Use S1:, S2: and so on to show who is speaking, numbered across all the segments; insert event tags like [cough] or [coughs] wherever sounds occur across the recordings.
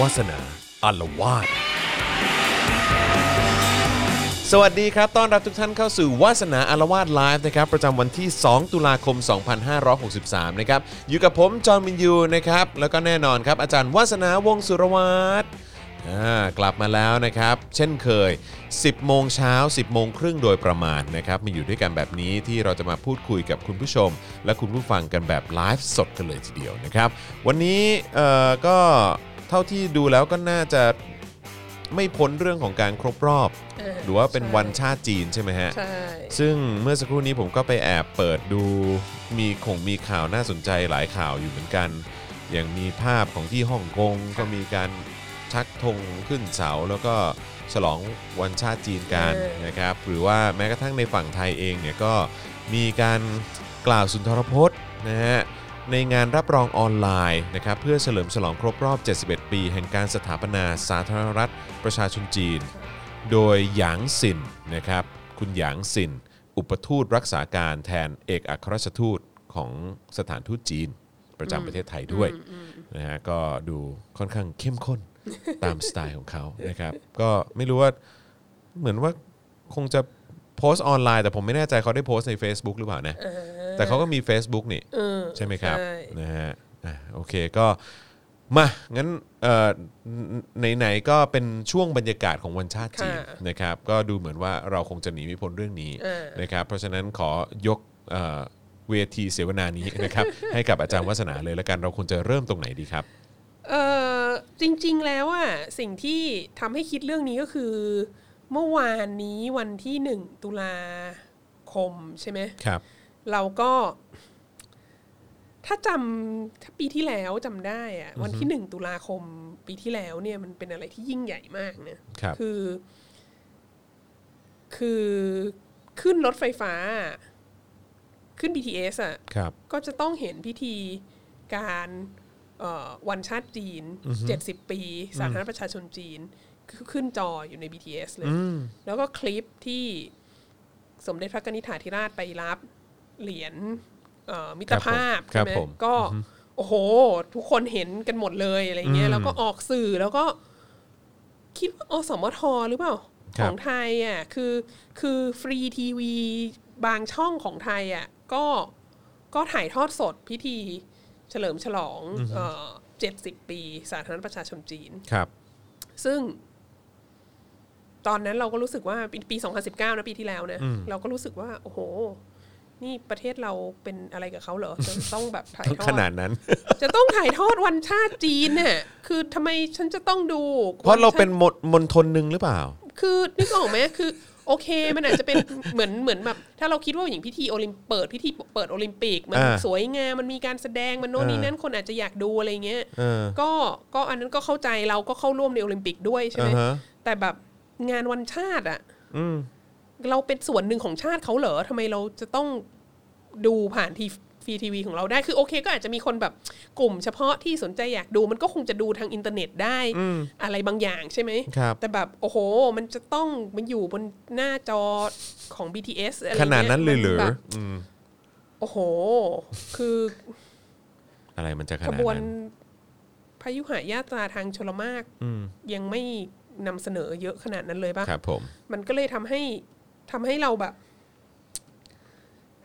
S1: วาสนาอารวาสสวัสดีครับ ต้อนรับทุกท่านเข้าสู่วาสนาอารวาสไลฟ์นะครับ ประจำวันที่ 2 ตุลาคม 2563 นะครับ อยู่กับผม จอห์นวินยูนะครับ แล้วก็แน่นอนครับ อาจารย์วาสนาวงศ์สุรวัตรอ่ากลับมาแล้วนะครับ เช่นเคย 10 โมงเช้า 10 โมงครึ่งโดยประมาณนะครับ มีอยู่ด้วยกันแบบนี้ที่เราจะมาพูดคุยกับคุณผู้ชม และคุณผู้ฟังกันแบบไลฟ์สดกันเลยทีเดียวนะครับ วันนี้เอ่อก็เท่าที่ดูแล้วก็น่าจะ ไม่พ้นเรื่องของการครบรอบ
S2: เออ
S1: หรือว่าเป็น
S2: ใช่
S1: วันชาติจีนใช่ไหมฮะ
S2: ใช่
S1: ซึ่งเมื่อสักครู่นี้ผมก็ไปแอบเปิดดูมีคงมีข่าวน่าสนใจหลายข่าวอยู่เหมือนกัน อย่างมีภาพของที่ฮ่องกงก็มีการชักธงขึ้นเสา แล้วก็ฉลองวันชาติจีนกันนะครับหรือว่าแม้กระทั่งในฝั่งไทยเองเนี่ยก็มีการกล่าวสุนทรพจน์นะฮะในงานรับรองออนไลน์นะครับเพื่อเฉลิมฉลองครบรอบ 71 ปี แห่งการสถาปนาสาธารณรัฐประชาชนจีน โดยหยางสินนะครับ คุณหยางสิน อุปทูตรักษาการแทนเอกอัครราชทูตของสถานทูตจีน ประจำประเทศไทยด้วยนะฮะก็ดูค่อนข้างเข้มข้น ตามสไตล์ของเขานะครับ [laughs] ก็ไม่รู้ว่าเหมือนว่าคงจะโพสต์ออนไลน์ แต่ผมไม่แน่ใจเขาได้โพสต์ใน Facebook หรือเปล่านะ แต่เขาก็มี Facebook นี่
S2: เออ
S1: ใช่ไหมครับ
S2: ใช่
S1: นะฮะอ่ะโอเคก็มางั้นเอ่อไหนๆก็เป็นช่วงบรรยากาศของวันชาติจีน
S2: ค่ะ
S1: นะครับก็ดูเหมือนว่าเราคงจะหนีไม่พ้นเรื่องนี้
S2: เออ
S1: นะครับเพราะฉะนั้นขอยกเอ่อเวทีเสวนานี้
S2: [laughs]
S1: นะครับ ให้กับอาจารย์วัฒนาเลยละกันเราควรจะเริ่มตรงไหนดีครับ
S2: เออจริงๆแล้วอ่ะสิ่งที่ทำให้คิดเรื่องนี้ก็คือ เมื่อวานนี้วันที่หนึ่งตุลาคมใช่ไหม
S1: ครับ
S2: เราก็ ถ้าจำถ้าปีที่แล้วจำได้อ่ะวันที่หนึ่งตุลาคมปีที่แล้วเนี่ยมันเป็นอะไรที่ยิ่งใหญ่มากนะครับ คือ คือขึ้นรถไฟฟ้า ขึ้น BTS อ่ะ
S1: ครับ
S2: ก็จะต้องเห็นพิธีการเอ่อวันชาติจีน 70 ปี สาธารณรัฐประชาชนจีน ขึ้นจออยู่ใน BTS เลย แล้วก็คลิปที่สมเด็จพระกนิษฐาธิราชไปรับเหรียญเอ่อมิตรภาพ
S1: ครั
S2: ใช่
S1: บ
S2: ไหม
S1: ผม
S2: ก็ โอ้โห ทุกคนเห็นกันหมดเลยอะไรเงี้ยแล้วก็ออกสื่อแล้วก็ คิดว่าอสมทหรือเปล่า
S1: ครับ
S2: ของไทยอ่ะคือคือฟรีทีวีบางช่องของไทยอ่ะก็ก็ถ่ายทอดสดพิธีเฉลิมฉลองเจ็ดสิบปีสาธารณรัฐประชาชนจีน
S1: ครับ
S2: ซึ่ง ตอนนั้นเราก็รู้สึกว่าปีปี 2019 นะปีที่แล้วนะ เราก็รู้สึกว่า โอ้โห นี่ประเทศเราเป็นอะไรกับเขาเหรอจะต้องแบบถ่ายทอด
S1: ขนาดนั้น
S2: จะต้องถ่ายทอดวันชาติจีนเนี่ยคือทำไมฉันจะต้องดู
S1: เพราะเราเป็น
S2: วัชติ
S1: มณมณฑลหนึ่งหรือเปล่า
S2: คือนึกออกไหมคือ โอเค มันอาจจะเป็น เหมือนเหมือนแบบถ้าเราคิดว่าอย่างพิธีโอลิมเปิดพิธีเปิดโอลิมปิก มัน
S1: อ่า
S2: สวยงามมันมีการแสดงมันโน่นนี่นั่นคนอาจจะอยากดูอะไรเงี้ย
S1: เออ
S2: ก็ก็อันนั้นก็เข้าใจเราก็เข้าร่วมในโอลิมปิกด้วยใช่ไหม
S1: อ่าฮะ
S2: แต่แบบงานวันชาติอ่ะเราเป็นส่วนหนึ่งของชาติเขาเหรอทำไมเราจะต้องดูผ่านทีฟรีทีวีของเราได้คือโอเค ก็อาจจะมีคนแบบกลุ่มเฉพาะที่สนใจอยากดูมันก็คงจะดูทางอินเทอร์เน็ตได้อะไรบางอย่างใช่ไหม
S1: ครับ
S2: แต่แบบ โอ้โห มันจะต้องมันอยู่บนหน้าจอของ BTS อะไร
S1: ข
S2: เงี้ย
S1: นาดนั้นเลยเหรือ
S2: มัแบบ
S1: อืม
S2: โอ้โห คือ
S1: อะไรมันจะข
S2: ข
S1: นาด
S2: บวน
S1: นั้น
S2: พายุหายาตราทางชลมากยังไม่นำเสนอเยอะขนาดนั้นเลยปะ
S1: ครับผม
S2: มันก็เลยทำให้ทำให้เราแบบ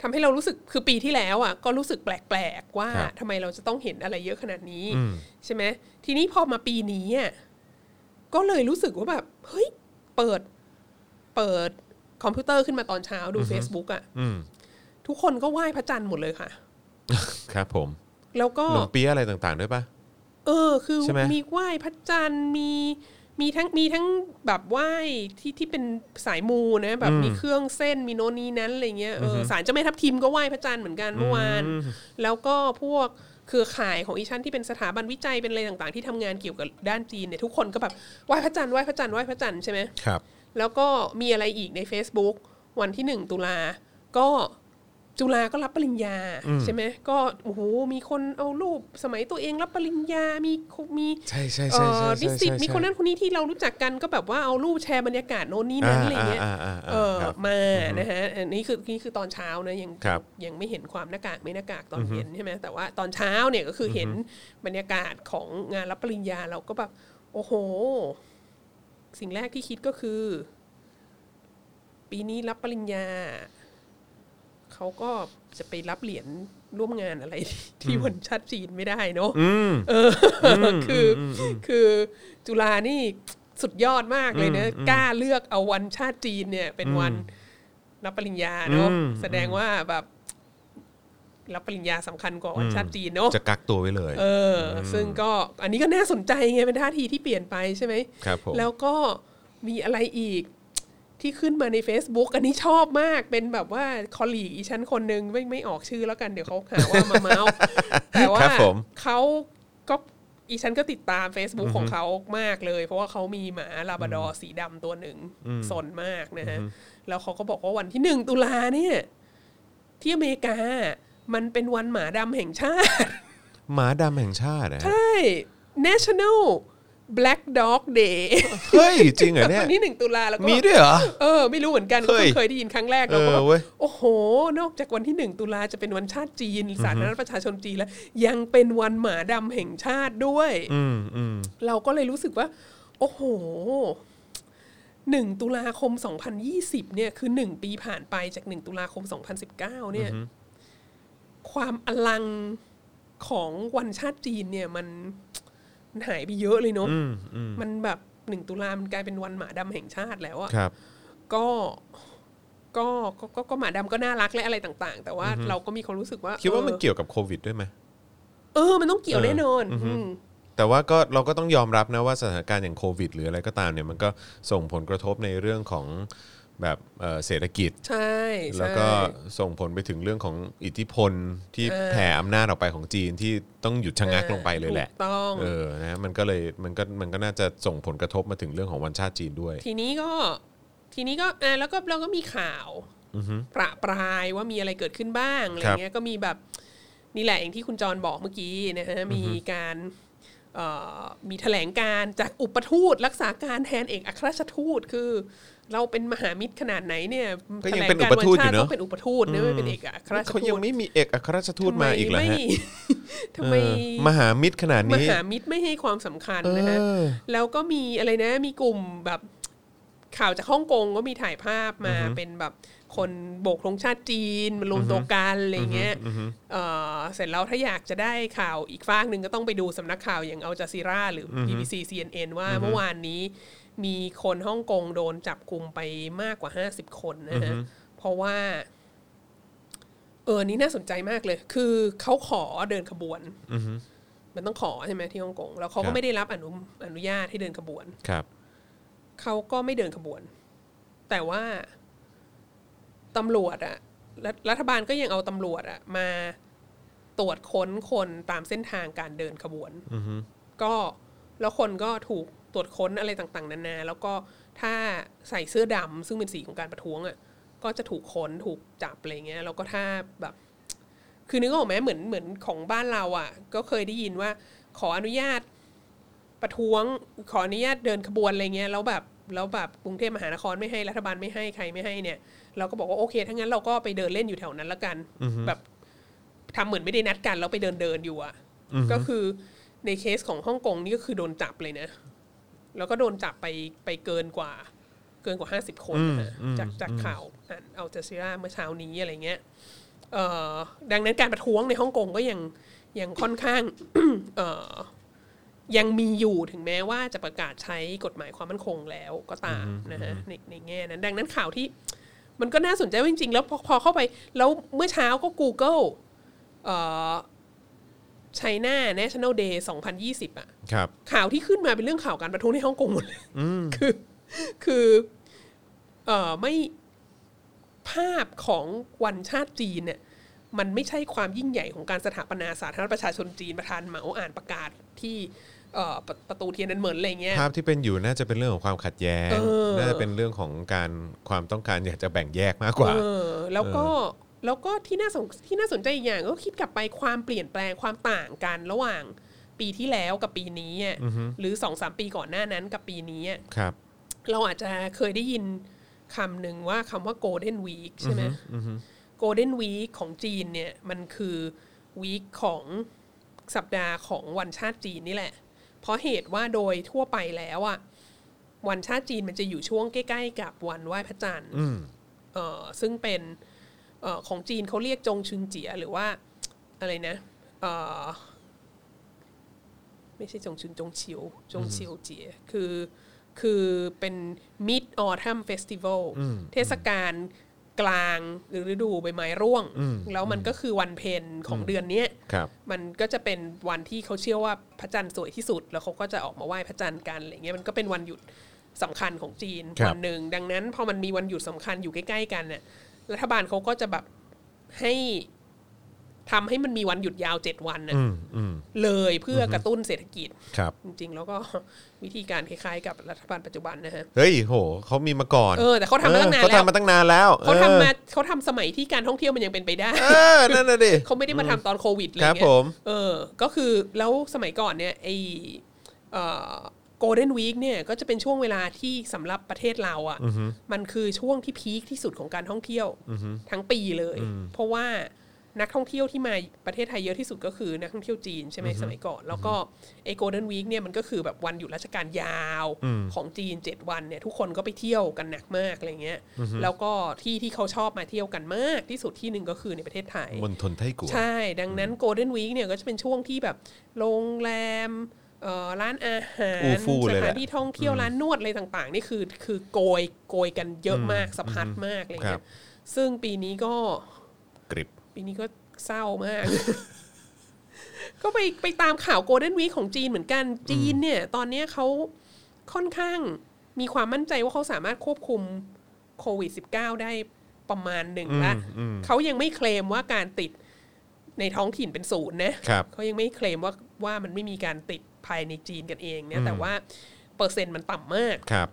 S2: ทำให้เรารู้สึกคือปีที่แล้วอ่ะ ก็รู้สึกแปลกๆว่าทำไมเราจะต้องเห็นอะไรเยอะขนาดนี้ ใช่ไหมทีนี้พอมาปีนี้อ่ะก็เลยรู้สึกว่าแบบ เฮ้ย เปิด เปิดคอมพิวเตอร์ขึ้นมาตอนเช้าดู Facebook อ่ะทุกคนก็ไหว้พระจันทร์หมดเลยค่ะ
S1: ครับผม
S2: แล้วก็
S1: หนมเปี๊ยะอะไรต่างๆด้วยปะ
S2: เออคือ
S1: ใช่ไหม
S2: มีไหว้พระจันทร์มีมีทั้งมีทั้งแบบไหว้ที่ที่เป็นสายมูนะแบบมีเครื่องเส้นมีโน่นนี้นั้นอะไรเงี้ยเอออสารเจ้าแม่ทับทิมก็ไหว้พระจันทร์เหมือนกันเมื่อวาน แล้วก็พวกเครือข่ายของอีชันที่เป็นสถาบันวิจัยเป็นอะไรต่างๆ ที่ทำงานเกี่ยวกับด้านจีนเนี่ยทุกคนก็แบบไหว้พระจันทร์ไหว้พระจันทร์ไหว้พระจันทร์ใช่ไหม
S1: ครับ
S2: แล้วก็มีอะไรอีกใน Facebook วันที่หนึ่งตุลา ก็จุฬาก็รับปริญญาใช่ไหมก็โอ้โหมีคนเอารูปสมัยตัวเองรับปริญญา มีมี
S1: ใช่ใช่
S2: เอ่
S1: ใช่ใช่
S2: อนิ
S1: ใช่
S2: สิต
S1: ใช่
S2: มีคนนั้นคนนี้ที่เรารู้จักกันก็แบบว่าเอารูปแชร์บรรยากาศโน่นนี่นั้นอะไรเงี้ย
S1: าาา
S2: เออ
S1: ครับ
S2: มานะฮะอันนี้คือนี่คือตอนเช้านะยัง
S1: ครับ
S2: ยังไม่เห็นความหน้ากากไม่หน้ากากตอนเย็นใช่ไหมแต่ว่าตอนเช้าเนี่ยก็คือเห็นบรรยากาศของงานรับปริญญาเราก็แบบโ โอ้โห สิ่งแรกที่คิดก็คือ ปีนี้รับปริญญา เขาก็จะไปรับเหรียญร่วมงานอะไร [laughs] ที่บนชาติจีนไม่ได้เนอะ
S1: อืม
S2: เอออคืออคือจุฬานี่สุดยอดมากเลยเนอะกล้าเลือกเอาวันชาติจีนเนี่ย เป็นวันรับปริญญาเนอะ
S1: อืม
S2: แสดงว่าแบบรับปริญญาสำคัญกว่าวันชาติจีนเนอะ
S1: จะกักตัวไว้เลย
S2: เอออ ซึ่งก็อันนี้ก็น่าสนใจไงเป็นท่าทีที่เปลี่ยนไปใช่ไหม
S1: ครับผม
S2: แล้วก็มีอะไรอีกที่ขึ้นมาใน Facebook อันนี้ชอบมากเป็นแบบว่าคอลลีกอีชั้นคนหนึ่งไม่ไม่ออกชื่อแล้วกันเดี๋ยวเขาหาว่ามาเมา
S1: [laughs]
S2: ส์แต่ว่า
S1: ครับผม
S2: เขาก็อีชั้นก็ติดตาม Facebook ของเขามากเลย เพราะว่าเขามีหมาลาบราดอร์สีดำตัวหนึ่งสนมากนะฮะ แล้วเขาก็บอกว่าวันที่หนึ่งตุลาเนี่ย ที่อเมริกามันเป็นวันหมาดำแห่งชาติ
S1: หมาดำแห่งชาตินะ
S2: ใช่ National Black Dog Day
S1: เฮ้ย จริงเหรอเนี่ย
S2: วันที่หนึ่งตุลาแล้วก็
S1: มีด้วยเหรอ
S2: เออไม่รู้เหมือนกัน
S1: เฮ้ย
S2: ก็เพิ่งเคยได้ยินครั้งแรกเราก็
S1: เออเว้ย
S2: โอ้โห นอกจากวันที่หนึ่งตุลาจะเป็นวันชาติจีนสาธารณรัฐประชาชนจีนแล้ว ยังเป็นวันหมาดำแห่งชาติด้วย
S1: อืมอืม
S2: เราก็เลยรู้สึกว่า โอ้โหหนึ่งตุลาคม 2020 เนี่ย คือหนึ่งปีผ่านไปจากหนึ่งตุลาคม 2019 เนี่ย ความอลังของวันชาติจีนเนี่ย มันมันหายไปเยอะเลยเนาะ
S1: อืมอืม
S2: มันแบบหนึ่งตุลามันกลายเป็นวันหมาดำแห่งชาติแล้วอะ
S1: ครับ
S2: ก็ก็ก็ก็ก็หมาดำก็น่ารักและอะไรต่าง ๆ แต่ว่าเราก็มีความรู้สึกว่า
S1: คิดว่ามัน
S2: ออ
S1: เกี่ยวกับโควิดด้วยไหม
S2: เออ มันต้องเกี่ยว
S1: เออ
S2: แน่นอน
S1: อือฮึ
S2: อืม
S1: แต่ว่าก็เราก็ต้องยอมรับนะว่าสถานการณ์อย่างโควิด หรืออะไรก็ตามเนี่ยมันก็ส่งผลกระทบในเรื่องของแบบเอ่อเศรษฐกิจ
S2: ใช่ใช่
S1: แล้วก็ส่งผลไปถึงเรื่องของอิทธิพลที่
S2: เออ
S1: แผ่อำนาจออกไปของจีนที่ต้องหยุดชะงักลงไปเลยแหละ
S2: ถูกต้อง
S1: เออนะมันก็เลยมันก็มันก็น่าจะส่งผลกระทบมาถึงเรื่องของวันชาติจีนด้วย
S2: ทีนี้ก็ ทีนี้ก็อ่าแล้วก็เราก็มีข่าว
S1: อือฮึ
S2: ประปรายว่ามีอะไรเกิดขึ้นบ้างอะไร
S1: ครับ
S2: เงี้ยก็มีแบบนี่แหละอย่างที่คุณจรบอกเมื่อกี้นะฮะมีการเอ่อมีแถลงการจากอุปทูตรักษาการแทนเอกอัครราชทูตคือ เราเป็นมหามิตรขนาดไหนเนี่ย
S1: ก็ยัง
S2: แถ
S1: เป็นอุ
S2: ลาร
S1: ป
S2: วั
S1: ทูตอยู่
S2: ชา
S1: เนอะ
S2: ต้องเป็นอุปทูตนะไม่เป็นเอกอัครราช
S1: เขา
S2: ทู
S1: ยัง
S2: ต
S1: ไม่มีเอกอัครราชทูตมาอีกเหรอฮะ
S2: ทำไม
S1: เออมหามิตรขนาด
S2: ม
S1: นี้
S2: หามิตรไม่ให้ความสำคัญ
S1: เอ
S2: นะฮะ
S1: อ
S2: แล้วก็มีอะไรนะ มีกลุ่มแบบข่าวจากฮ่องกงก็มีถ่ายภาพมาเป็นแบบคนโบกธงชาติจีนมารวมตัวกันอะไรเงี้ยเอ่อเสร็จแล้วถ้าอยากจะได้ข่าวอีกฟากหนึ่งก็ต้องไปดูสำนักข่าวอย่างเอาจาซีราหรืออ BBC CNN ว่าเมื่อวานนี้มีคนฮ่องกงโดนจับกลุ่มไปมากกว่า 50 คนนะฮะ เพราะว่า เออ นี่น่าสนใจมากเลย คือเขาขอเดินขบวน มันต้องขอใช่ไหมที่ฮ่องกง แล้วเขา
S1: ครั
S2: ก็
S1: บ
S2: ไม่ได้รับอนุอนุญาตให้เดินขบวน
S1: ครับ
S2: เขาก็ไม่เดินขบวน แต่ว่าตำรวจอะรัฐรัฐบาลก็ยังเอาตำรวจอะมาตรวจค้นคนตามเส้นทางการเดินขบวนก็แล้วคนก็ถูกตรวจค้นอะไรต่าง ๆ นานา แล้วก็ถ้าใส่เสื้อดำซึ่งเป็นสีของการประท้วงอะก็จะถูกค้นถูกจับอะไรเงี้ยแล้วก็ถ้าแบบ คือนึกออกไหมเหมือนเหมือนของบ้านเราอะก็เคยได้ยินว่า ขออนุญาต ประท้วงขออนุญาตเดินขบวนอะไรเงี้ยแล้วแบบแล้วแบบกรุงเทพมหานครไม่ให้รัฐบาลไม่ให้ใครไม่ให้เนี่ยเราก็บอกว่าโอเคถ้างั้นเราก็ไปเดินเล่นอยู่แถวนั้นละกัน แบบทำเหมือนไม่ได้นัดกันแล้วไปเดินเดินอยู่อะก็คือในเคสของฮ่องกงนี่ก็คือโดนจับเลยนะ แล้วก็โดนจับไปไปเกินกว่า เกินกว่าห้าสิบคนนะจากจากข่าวอ่านเอาจาซีราเมื่อเช้านี้อะไรเงี้ยเอ่อดังนั้นการประท้วงในฮ่องกงก็ยังยังค่อนข้าง [coughs] เอ่อ ยังมีอยู่ถึงแม้ว่าจะประกาศใช้กฎหมายความมั่นคงแล้วก็ตามนะฮะในในแง่นั้น ดังนั้นข่าวที่ มันก็น่าสนใจว่าจริงๆ แล้วพอพอเข้าไป แล้วเมื่อเช้าก็ Google เอ่อ China National Day 2020 อ่ะ
S1: ครับ
S2: ข่าวที่ขึ้นมาเป็นเรื่องข่าวการประท้วงในฮ่องกงหมดเลยคือคือเอ่อไม่ภาพของวันชาติจีนเนี่ยมันไม่ใช่ความยิ่งใหญ่ของการสถาปนาสาธารณรัฐประชาชนจีนประธานเหมาอ่านประกาศที่เอ่อประประตูเทียนนันเหมินอะไรเงี้ย
S1: ภาพที่เป็นอยู่น่าจะเป็นเรื่องของความขัดแย้ง
S2: เออ
S1: น่าจะเป็นเรื่องของการความต้องการอยากจะแบ่งแยกมากกว่า
S2: เออแล้วก็แล้วก็ที่น่าสนที่น่าสนใจอีกอย่างก็คิดกลับไปความเปลี่ยนแปลงความต่างกันระหว่างปีที่แล้วกับปีนี้อะหรือสองสามปีก่อนหน้านั้นกับปีนี้อะ
S1: ครับ
S2: เราอาจจะเคยได้ยินคำหนึ่งว่าคำว่า golden week ใช่ไหม golden week ของจีนเนี่ย มันคือ week ของสัปดาห์ของวันชาติจีนนี่แหละ พ เพราะเหตุว่าโดยทั่วไปแล้วอ่ะวันชาติจีนมันจะอยู่ช่วงใกล้ ๆ กับวันไหว้พระจันทร์
S1: อืม
S2: เอ่อซึ่งเป็นเอ่อของจีนเขาเรียกจงชึงเจียหรือว่าอะไรนะเอ่อไม่ใช่จงชึงจงชิวจงชิวเจียคือคือเป็น Mid Autumn Festival เทศกาลกลางหรือฤดูใบไม้ร่วง แล้วมันก็คือวันเพ็ญของเดือนเนี้ย
S1: ครับ
S2: มันก็จะเป็นวันที่เขาเชื่อว่าพระจันทร์สวยที่สุด แล้วเขาก็จะออกมาไหว้พระจันทร์กันอะไรเงี้ยมันก็เป็นวันหยุดสำคัญของจีน
S1: ครับ
S2: วันหนึ่งดังนั้นพอมันมีวันหยุดสำคัญอยู่ใกล้ๆกันเนี่ยรัฐบาลเขาก็จะแบบให้ทำให้มันมีวันหยุดยาวเจ็ดวันน่ะ
S1: อืมอืม
S2: เลยเพื่อกระตุ้นเศรษฐกิจ
S1: ครับ
S2: จริง ๆ แล้วก็ วิธีการคล้ายๆ กับรัฐบาลปัจจุบันนะฮะ
S1: เฮ้ยโหเขามีมาก่อน
S2: เออแต่เขาทำมาตั้งนานแล้ว
S1: เขาทำมาตั้งนานแล้ว
S2: เขาทำมา
S1: ออ
S2: เขาทำสมัยที่การท่องเที่ยวมันยังเป็นไปได้
S1: เออนั่นน่ะดิ
S2: เขาไม่ได้มาทำตอนโควิดอะไร
S1: ครับ
S2: เงี้
S1: ผ
S2: ย
S1: ม
S2: เออ ก็คือแล้วสมัยก่อนเนี่ยไอโกลเด้นวีคเนี่ยก็จะเป็นช่วงเวลาที่สำหรับประเทศเราอะ่ะ มันคือช่วงที่พีคที่สุดของการท่องเที่ยวทั้งปีเลย เพราะว่านักท่องเที่ยวที่มาประเทศไทยเยอะที่สุดก็คือนักท่องเที่ยวจีนใช่ไหมสมัยก่อน แล้วก็ไอโกลเด้นวีคเนี่ยมันก็คือแบบวันหยุดราชการยาวของจีน 7 วันเนี่ยทุกคนก็ไปเที่ยวกันหนักมากอะไรเงี้ย แล้วก็ที่ที่เขาชอบมาเที่ยวกันมากที่สุดที่หนึ่งก็คือในประเทศไทย
S1: มณฑลไทกัว
S2: ใช่ ดังนั้นโกลเด้นวีคเนี่ยก็จะเป็นช่วงที่แบบโรงแรมเอ่อร้านอาหาร
S1: อู้ฟู่
S2: ส
S1: เลยแห
S2: ถาน
S1: ละ
S2: ที่ท่องเที่ยวร้านนวดอะไรต่างๆ นี่คือคือโกยโกยกันเยอะมากสะพัดมากอะไร
S1: ครั
S2: เงี้
S1: บ
S2: ยซึ่งปีนี้ก็
S1: กริบ
S2: ปีนี้ก็เศร้ามาก [laughs] ก็ไปไปตามข่าวโกลเด้นวีคของจีนเหมือนกันจีนเนี่ย ตอนเนี้ยเขาค่อนข้างมีความมั่นใจว่าเขาสามารถควบคุมโควิด -19 ได้ประมาณหนึ่งละ
S1: อืมอืม
S2: เขายังไม่เคลมว่าการติดในท้องถิ่นเป็นศูนย์นะ
S1: ครับ
S2: เขายังไม่เคลมว่าว่ามันไม่มีการติดภายในจีนกันเองเนี่ยแต่ว่าเปอร์เซ็นต์มันต่ำมาก
S1: ครับ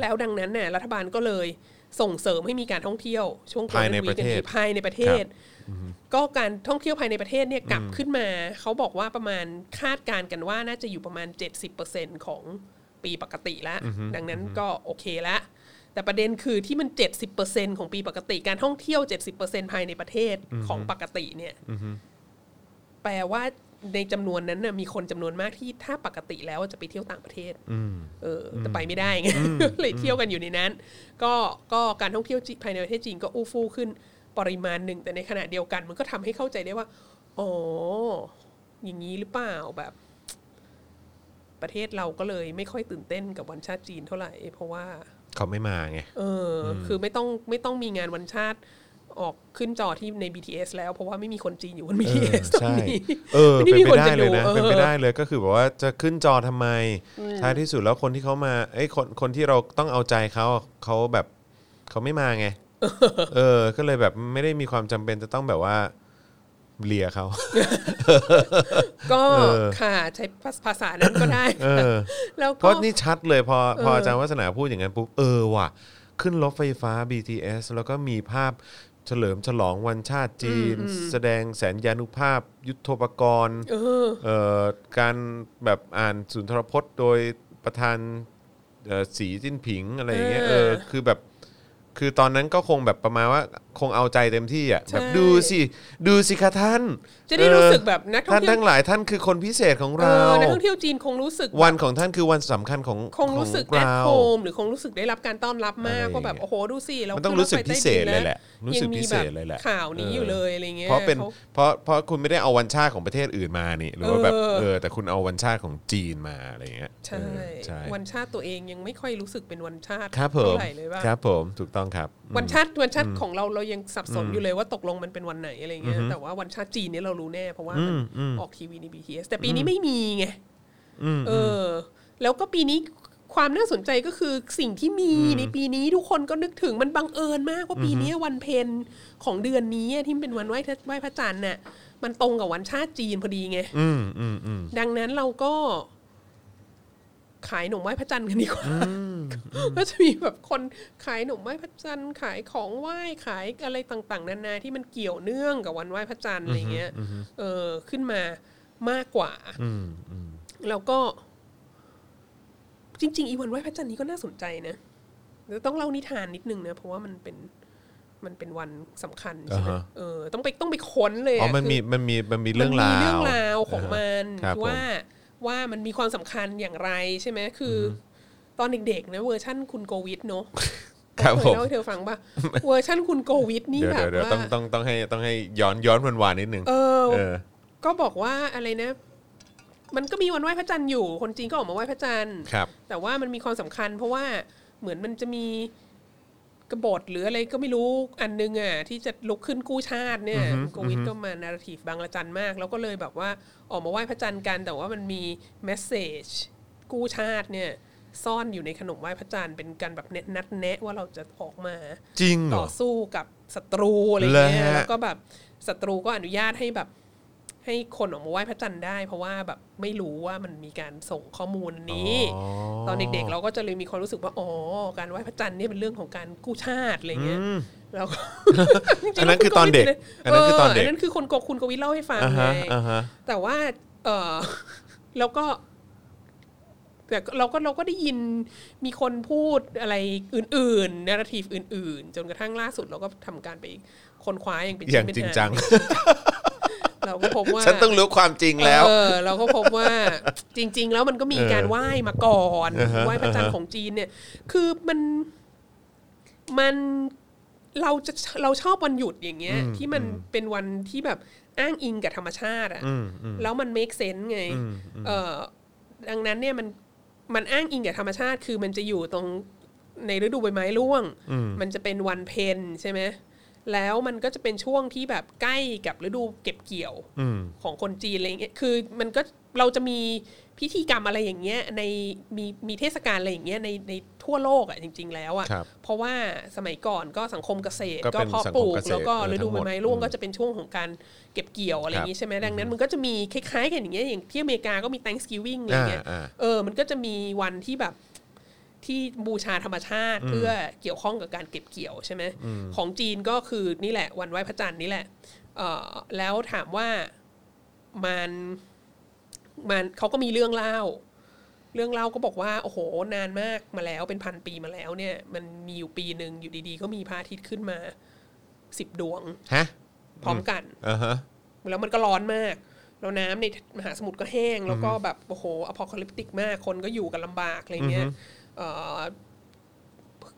S2: แล้วดังนั้นน่ะรัฐบาลก็เลยส่งเสริมให้มีการท่องเที่ยว ช่วง
S1: ภายใน
S2: Golden
S1: ประ
S2: Week
S1: เทศ
S2: ภายในประเทศ ก็การท่องเที่ยวภายในประเทศเนี่ยกลับขึ้นมาเขาบอกว่าประมาณคาดการณ์กันว่าน่าจะอยู่ประมาณ 70%ของปีปกติแล้ว ดังนั้นก็โอเคละแต่ประเด็นคือที่มัน 70%ของปีปกติ การท่องเที่ยว 70%ภายในประเทศของปกติเนี่ยแปลว่าในจำนวนนั้นน่ะมีคนจำนวนมากที่ถ้าปกติแล้วจะไปเที่ยวต่างประเทศ เออแต่ไปไม่ได้ไง เลยเที่ยวกันอยู่ในนั้น ก็ก็การท่องเที่ยวจีนภายในประเทศจีนก็อู้ฟู่ขึ้นปริมาณหนึ่ง แต่ในขณะเดียวกัน มันก็ทำให้เข้าใจได้ว่าอ๋ออย่างนี้หรือเปล่าแบบ ประเทศเราก็เลยไม่ค่อยตื่นเต้นกับวันชาติจีนเท่าไหร่ เพราะว่า
S1: เขาไม่มาไง
S2: เอออคือไม่ต้องไม่ต้องมีงานวันชาติออกขึ้นจอที่ใน BTS แล้ว เพราะว่าไม่มีคนจีนอยู่บน BTS ตอน
S1: ใช่
S2: นี้
S1: เออ
S2: ไม่
S1: เป็น
S2: ได้มี
S1: ไป
S2: คน
S1: ได้
S2: จะ
S1: เลยนะ
S2: ดูเออ
S1: เป็นไปได้เลยก็คือแบบว่าจะขึ้นจอทำไมท้ายที่สุดแล้วคนที่เขามาไอ้ยคนคนที่เราต้องเอาใจเขาเขาแบบเขาไม่มาไง เออ ก็เลยแบบไม่ได้มีความจำเป็นจะต้องแบบว่าเลียเขา
S2: ก็
S1: เออ
S2: ค่ะใช้ภาษานั้นก็ได้
S1: เออ
S2: แล้ว
S1: เพ
S2: ก็
S1: ราะนี่ชัดเลยพอพอ
S2: เออ
S1: อา
S2: อ
S1: จารย์วัฒนาพูดอย่างนั้นปุ๊บเออว่ะ ขึ้นรถไฟฟ้า BTS แล้วก็มีภาพเฉลิมฉลองวันชาติจีน แสดงแสนยานุภาพ ยุทโธปกรณ์
S2: เออ
S1: เอ่อการแบบอ่านสุนทรพจน์โดยประธานเอ่อสีจิ้นผิงอะไรอย่างเงี้ย
S2: เออ
S1: เออคือแบบคือตอนนั้นก็คงแบบประมาณว่าคงเอาใจเต็มที่อ่ะ
S2: ใช่
S1: แบบดูสิ ดูสิคะท่าน
S2: จะได้รู้สึกแบบนักท่อ
S1: ท่าง น
S2: เที่ยว
S1: ทั้งหลายท่านคือคนพิเศษของ
S2: เอ
S1: เรา
S2: อนักท่องเที่ยวจีนคงรู้สึก
S1: วันของท่านคือวันสำคัญของ
S2: คงรู้สึก
S1: ขอ
S2: แอด
S1: เรา
S2: โฮมหรือคงรู้สึกได้รับการต้อนรับมาก
S1: อะไร
S2: ว่าแบบ
S1: อย่างเงี้ย
S2: โอ้โหดูสิเรา
S1: มันต้องรู้สึกพิเศษเลยแหละรู้สึกพิเศษเลยแหละ
S2: งมีบบข่าวนี้อยู่เลยอะไรเงี้ย
S1: เพราะเป็น
S2: ข
S1: เพราะเพราะคุณไม่ได้เอาวันชาติของประเทศอื่นมานี่หรือว่าแบบ
S2: เออ
S1: เออแต่คุณเอาวันชาติของจีนมาอะไรอย่างเงี้ย
S2: ใช่
S1: เออใช่
S2: วันชาติตัวเองยังไม่ค่อยรู้สึกเป็นวันชาติ
S1: ครับผ
S2: เท่าม ไหร่เลยว่า
S1: ครับผมถูกต้องครับอืม
S2: วันชาติวันชาติของเราเรายังสับสนอยู่เลยว่าตกลงมันเป็นวันไหนอะไรเงี้ยแต่ว่าวันชาติจีนเนี่ยเรารู้แน่เพราะว่ามันออกทีวีใน BTS แต่ปีนี้ไม่มีไงเออ แล้วก็ปีนี้ความน่าสนใจก็คือสิ่งที่มีในปีนี้ทุกคนก็นึกถึงมันบังเอิญมากว่าปีนี้วันเพ็ญของเดือนนี้ที่มันเป็นวันไหว้พระไหว้พระจันทร์น่ะมันตรงกับวันชาติจีนพอดีไง
S1: อืมอืมอืม
S2: ดังนั้นเราก็ ขายหนมไหว้พระจันทร์กันดีกว่าก็จะมีแบบคนขายหนมไหว้พระจันทร์ขายของไหว้ขายอะไรต่างๆนานาที่มันเกี่ยวเนื่องกับวันไหว้พระจันทร์อะไรเงี้ยเออขึ้นมามากกว่า
S1: อืมอืม
S2: แล้วก็ จริง ๆ อีวันไหว้พระจันทร์นี้ก็น่าสนใจนะเดี๋ยวต้องเล่านิทานนิดนึงนะเพราะว่ามันเป็นมันเป็นวันสำคัญใช่ไหมเออ ต้องไปต้องไปค้นเลยะ
S1: อ๋อมัน
S2: คื
S1: มีมันมีมันมี
S2: มั
S1: เรื่อ
S2: น
S1: ง
S2: มี
S1: ราว
S2: เรื่องราวของมัน
S1: ครับผม
S2: ว่า ว่ามันมีความสำคัญอย่างไรใช่ไหมคืออตอนเด็กๆนะเวอร์ชั่นคุณโกวิทเนาะ
S1: ครับผ
S2: เคย
S1: ม
S2: เล่าให้เธอฟังป่ะ เวอร์ชั่นคุณโกวิทนี่
S1: เดี๋ยว
S2: แบบ
S1: เดี๋ยวเดี๋ยว
S2: ว่า
S1: ต้องต้องต้องให้ต้องให้ย้อนย้อนวันวานๆนิดนึง
S2: เออ
S1: เออ
S2: ก็บอกว่าอะไรนะ มันก็มีวันไหว้พระจันทร์อยู่ คนจีนก็ออกมาไหว้พระจันทร์
S1: ครับ
S2: แต่ว่ามันมีความสำคัญ เพราะว่าเหมือนมันจะมีกบฏหรืออะไรก็ไม่รู้อันนึงอ่ะที่จะลุกขึ้นกู้ชาติเนี่ย
S1: อือฮึ
S2: โกวิด
S1: อือฮึ
S2: ก็มานาราทีฟบางระจันมาก แล้วก็เลยแบบว่าออกมาไหว้พระจันทร์กัน แต่ว่ามันมีแมสเซจกู้ชาติเนี่ย ซ่อนอยู่ในขนมไหว้พระจันทร์เป็นการแบบแนะนัดแนะว่าเราจะออกมา
S1: จริงเหร
S2: ต่
S1: อ
S2: อสู้กับศัตรูอะไรเงี้ย
S1: เหรอฮะ
S2: แล้วก็แบบศัตรูก็อนุญาตให้แบบให้คนออกมาไหว้พระจันทร์ได้ เพราะว่าแบบไม่รู้ว่ามันมีการส่งข้อมูลนี้
S1: อ๋
S2: ตอนเด็กๆเราก็จะเลยมีความรู้สึกว่าอ๋อการไหว้พระจันทร์เนี่ยเป็นเรื่องของการกู้ชาติอะไรเงี้ย
S1: อืม
S2: แล้ว
S1: [laughs]
S2: ก็ จริงๆ
S1: อันนั้นคือตอนเด็กอันนั้นคือตอนเด็ก
S2: อันนั้นคือคนโกคุณกวิทเล่าให้ฟัง
S1: อ่า
S2: ไง
S1: ฮะอ่าฮะ
S2: แต่ว่าเออ [laughs] แล้วก็ แต่เราก็เราก็ได้ยินมีคนพูดอะไรอื่นๆนาราทีฟอื่น ๆ จนกระทั่งล่าสุดเราก็ทำการไปคนคว้าอย่างเป็น
S1: อย่างจ
S2: ชิ้นเป็น
S1: ริง
S2: น
S1: จัง
S2: เราก็พบว่า
S1: [laughs] ฉันต้องรู้ความจริงแล้ว
S2: เออเราก็พบว่า จริง ๆ แล้วมันก็มี
S1: เออ
S2: การไหว้มาก่อน
S1: อ่าฮะ
S2: ไหว้พระจันทร์ของจีนเนี่ย คือมันมันเราจะเราชอบวันหยุดอย่างเงี้ย
S1: อืม
S2: ที่มัน
S1: อืม
S2: เป็นวันที่แบบอ้างอิงกับธรรมชาติอะ
S1: อืมอืม
S2: แล้วมัน make sense ไง
S1: อืมอืม
S2: เออดังนั้นเนี่ยมันมันอ้างอิงกับธรรมชาติ คือมันจะอยู่ตรงในฤดูใบไม้ร่วง
S1: อืม
S2: มันจะเป็นวันเพนใช่ไหม แล้วมันก็จะเป็นช่วงที่แบบใกล้กับฤดูเก็บเกี่ยว
S1: อืม
S2: ของคนจีนอะไรเงี้ย คือมันก็เราจะมีพิธีกรรมอะไรอย่างเงี้ยในมีมีเทศกาลอะไรอย่างเงี้ยในในทั่วโลกอ่ะจริง ๆ แล้ว
S1: ครั
S2: อ่ะ
S1: บ
S2: เพราะว่าสมัยก่อนก็สังคมเกษตร
S1: ก็เป็น
S2: เพาะ
S1: สัง
S2: ป
S1: ค
S2: ลู
S1: ม
S2: ก
S1: เกษตร
S2: แล้วก็
S1: เออ
S2: ฤดู
S1: ทั้งหม
S2: ใบ
S1: ด
S2: ไม้ร่วง
S1: อืม
S2: ก็จะเป็นช่วงของการเก็บเกี่ยวอะไรอย่างงี้ใช่ไหมดังนั้น มันก็จะมีคล้ายๆกันอย่างเงี้ยอย่างที่อเมริกาก็มี Thanksgiving อะไรเงี้ย
S1: อ่าอ่า
S2: เออมันก็จะมีวันที่แบบที่บูชาธรรมชาติเพื่อเกี่ยวข้องกับการเก็บเกี่ยวใช่ไหมของจีนก็คือนี่แหละ วันไหว้พระจันทร์นี่แหละเออแล้วถามว่า มันมันเขาก็มีเรื่องเล่า เรื่องเล่าก็บอกว่า โอ้โห นานมากมาแล้วเป็นพันปีมาแล้วเนี่ย มันมีอยู่ปีหนึ่งอยู่ดีๆ ก็มีพระอาทิตย์ขึ้นมาสิบดวง
S1: ฮะ
S2: พร้อมกัน
S1: อ่าฮะ
S2: แล้วมันก็ร้อนมาก แล้วน้ำในมหาสมุทรก็แห้ง แล้วก็แบบ โอ้โหอพอคาลิปติกมาก คนก็อยู่กันลำบากอะไรเงี้ยเอ่อ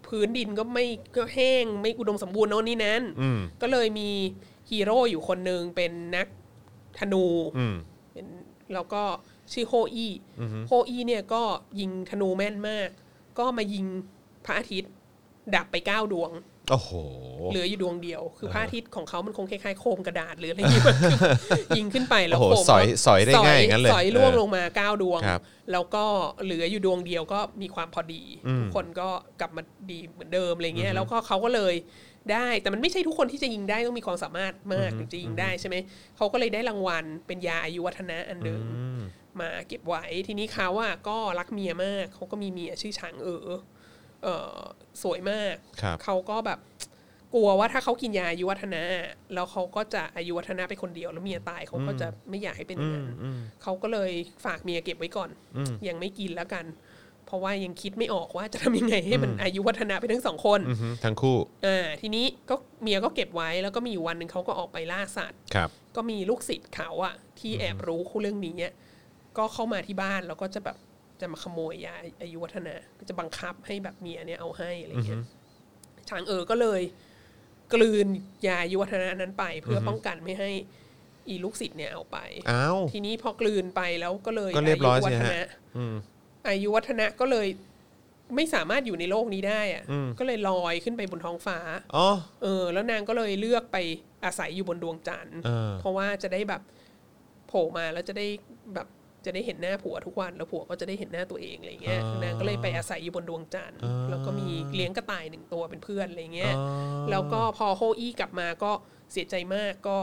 S2: พื้นดินก็ไม่ก็แห้ง ไม่อุดมสมบูรณ์โน่นนี่นั้น
S1: อืม
S2: ก็เลยมีฮีโร่อยู่คนหนึ่งเป็นนักธนู
S1: อืม
S2: เป็นแล้วก็ชื่อโฮอี้
S1: อือฮึ
S2: โฮอี้เนี่ยก็ยิงธนูแม่นมาก ก็มายิงพระอาทิตย์ ดับไปเก้าดวง
S1: โอ้โห
S2: เหลืออยู่ดวงเดียว คือพระอาทิตย์ของเขามันคงคล้ายๆโคมกระดาษหรือ
S1: [laughs]
S2: อะไรอย่างเงี้ยมันคือยิงขึ้นไปแล้ว
S1: โอ้โห
S2: โคม
S1: สอยสอยได้ง่ายอย่างนั้นเลย
S2: สอยล่วง
S1: เออ
S2: ลงมาเก้าดวง
S1: ครับ
S2: แล้วก็เหลืออยู่ดวงเดียวก็มีความพอดี ทุกคนก็กลับมาดีเหมือนเดิมอะไรเงี้ยแล้วก็เขาก็เลยได้ แต่มันไม่ใช่ทุกคนที่จะยิงได้ต้องมีความสามารถมากถึงจะยิงได้ใช่ไหมเขาก็เลยได้รางวัลเป็นยาอายุวัฒนะอันหนึ่ง
S1: อืม
S2: มาเก็บไว้ทีนี้เขาว่าก็รักเมียมากเขาก็มีเมียชื่อช้างเออเออสวยมาก
S1: ครับ
S2: เขาก็แบบกลัวว่าถ้าเขากินยาอายุวัฒนะแล้วเขาก็จะอายุวัฒนะไปคนเดียวแล้วเมียตายเขาก็จะไม่อยากให้เป็นอย่างนั้นเขาก็เลยฝากเมียเก็บไว้ก่อน ยังไม่กินแล้วกัน เพราะว่ายังคิดไม่ออกว่าจะทำยังไงให้มันอายุวัฒนะไปทั้งสองคน
S1: อือฮึทั้งคู่
S2: อ่าทีนี้ก็เมียก็เก็บไว้แล้วก็มีอยู่วันหนึ่งเขาก็ออกไปล่าสัตว์
S1: ครับ
S2: ก็มีลูกศิษย์เขาอะที่แอบรู้คู่เรื่องนี้อะก็เข้ามาที่บ้านแล้วก็จะแบบจะมาขโมยยาอายุวัฒนะก็จะบังคับให้แบบเมียเนี่ยเอาให้อะไรเงี้ยช้างเออก็เลย กลืนยาอายุวัฒนะนั้นไป เพื่ออป้องกันไม่ให้อีลูกศิษย์เนี่ยเอาไป
S1: อ้าว
S2: ทีนี้พอกลืนไปแล้วก็เลย
S1: ก็เรียบร้อย
S2: าวัฒ
S1: สิ
S2: นะ
S1: ฮะ อืม
S2: อายุวัฒนะก็เลยไม่สามารถอยู่ในโลกนี้ได้อะ
S1: อืม
S2: ก็เลยลอยขึ้นไปบนท้องฟ้า
S1: อ๋อ
S2: เออแล้วนางก็เลยเลือกไปอาศัยอยู่บนดวงจันทร์
S1: เออ
S2: เพราะว่าจะได้แบบโผล่มาแล้วจะได้แบบจะได้เห็นหน้าผัวทุกวันแล้วผัวก็จะได้เห็นหน้าตัวเองอะไรเงี้ย
S1: อ่าน
S2: างก็เลยไปอาศัยอยู่บนดวงจันทร์
S1: อ่า
S2: แล้วก็มีเลี้ยงกระต่ายหนึ่งตัวเป็นเพื่อนอะไรเงี้
S1: อ๋
S2: ย
S1: อ
S2: แล้วก็พอโฮอี้กลับมาก็เสียใจมากก็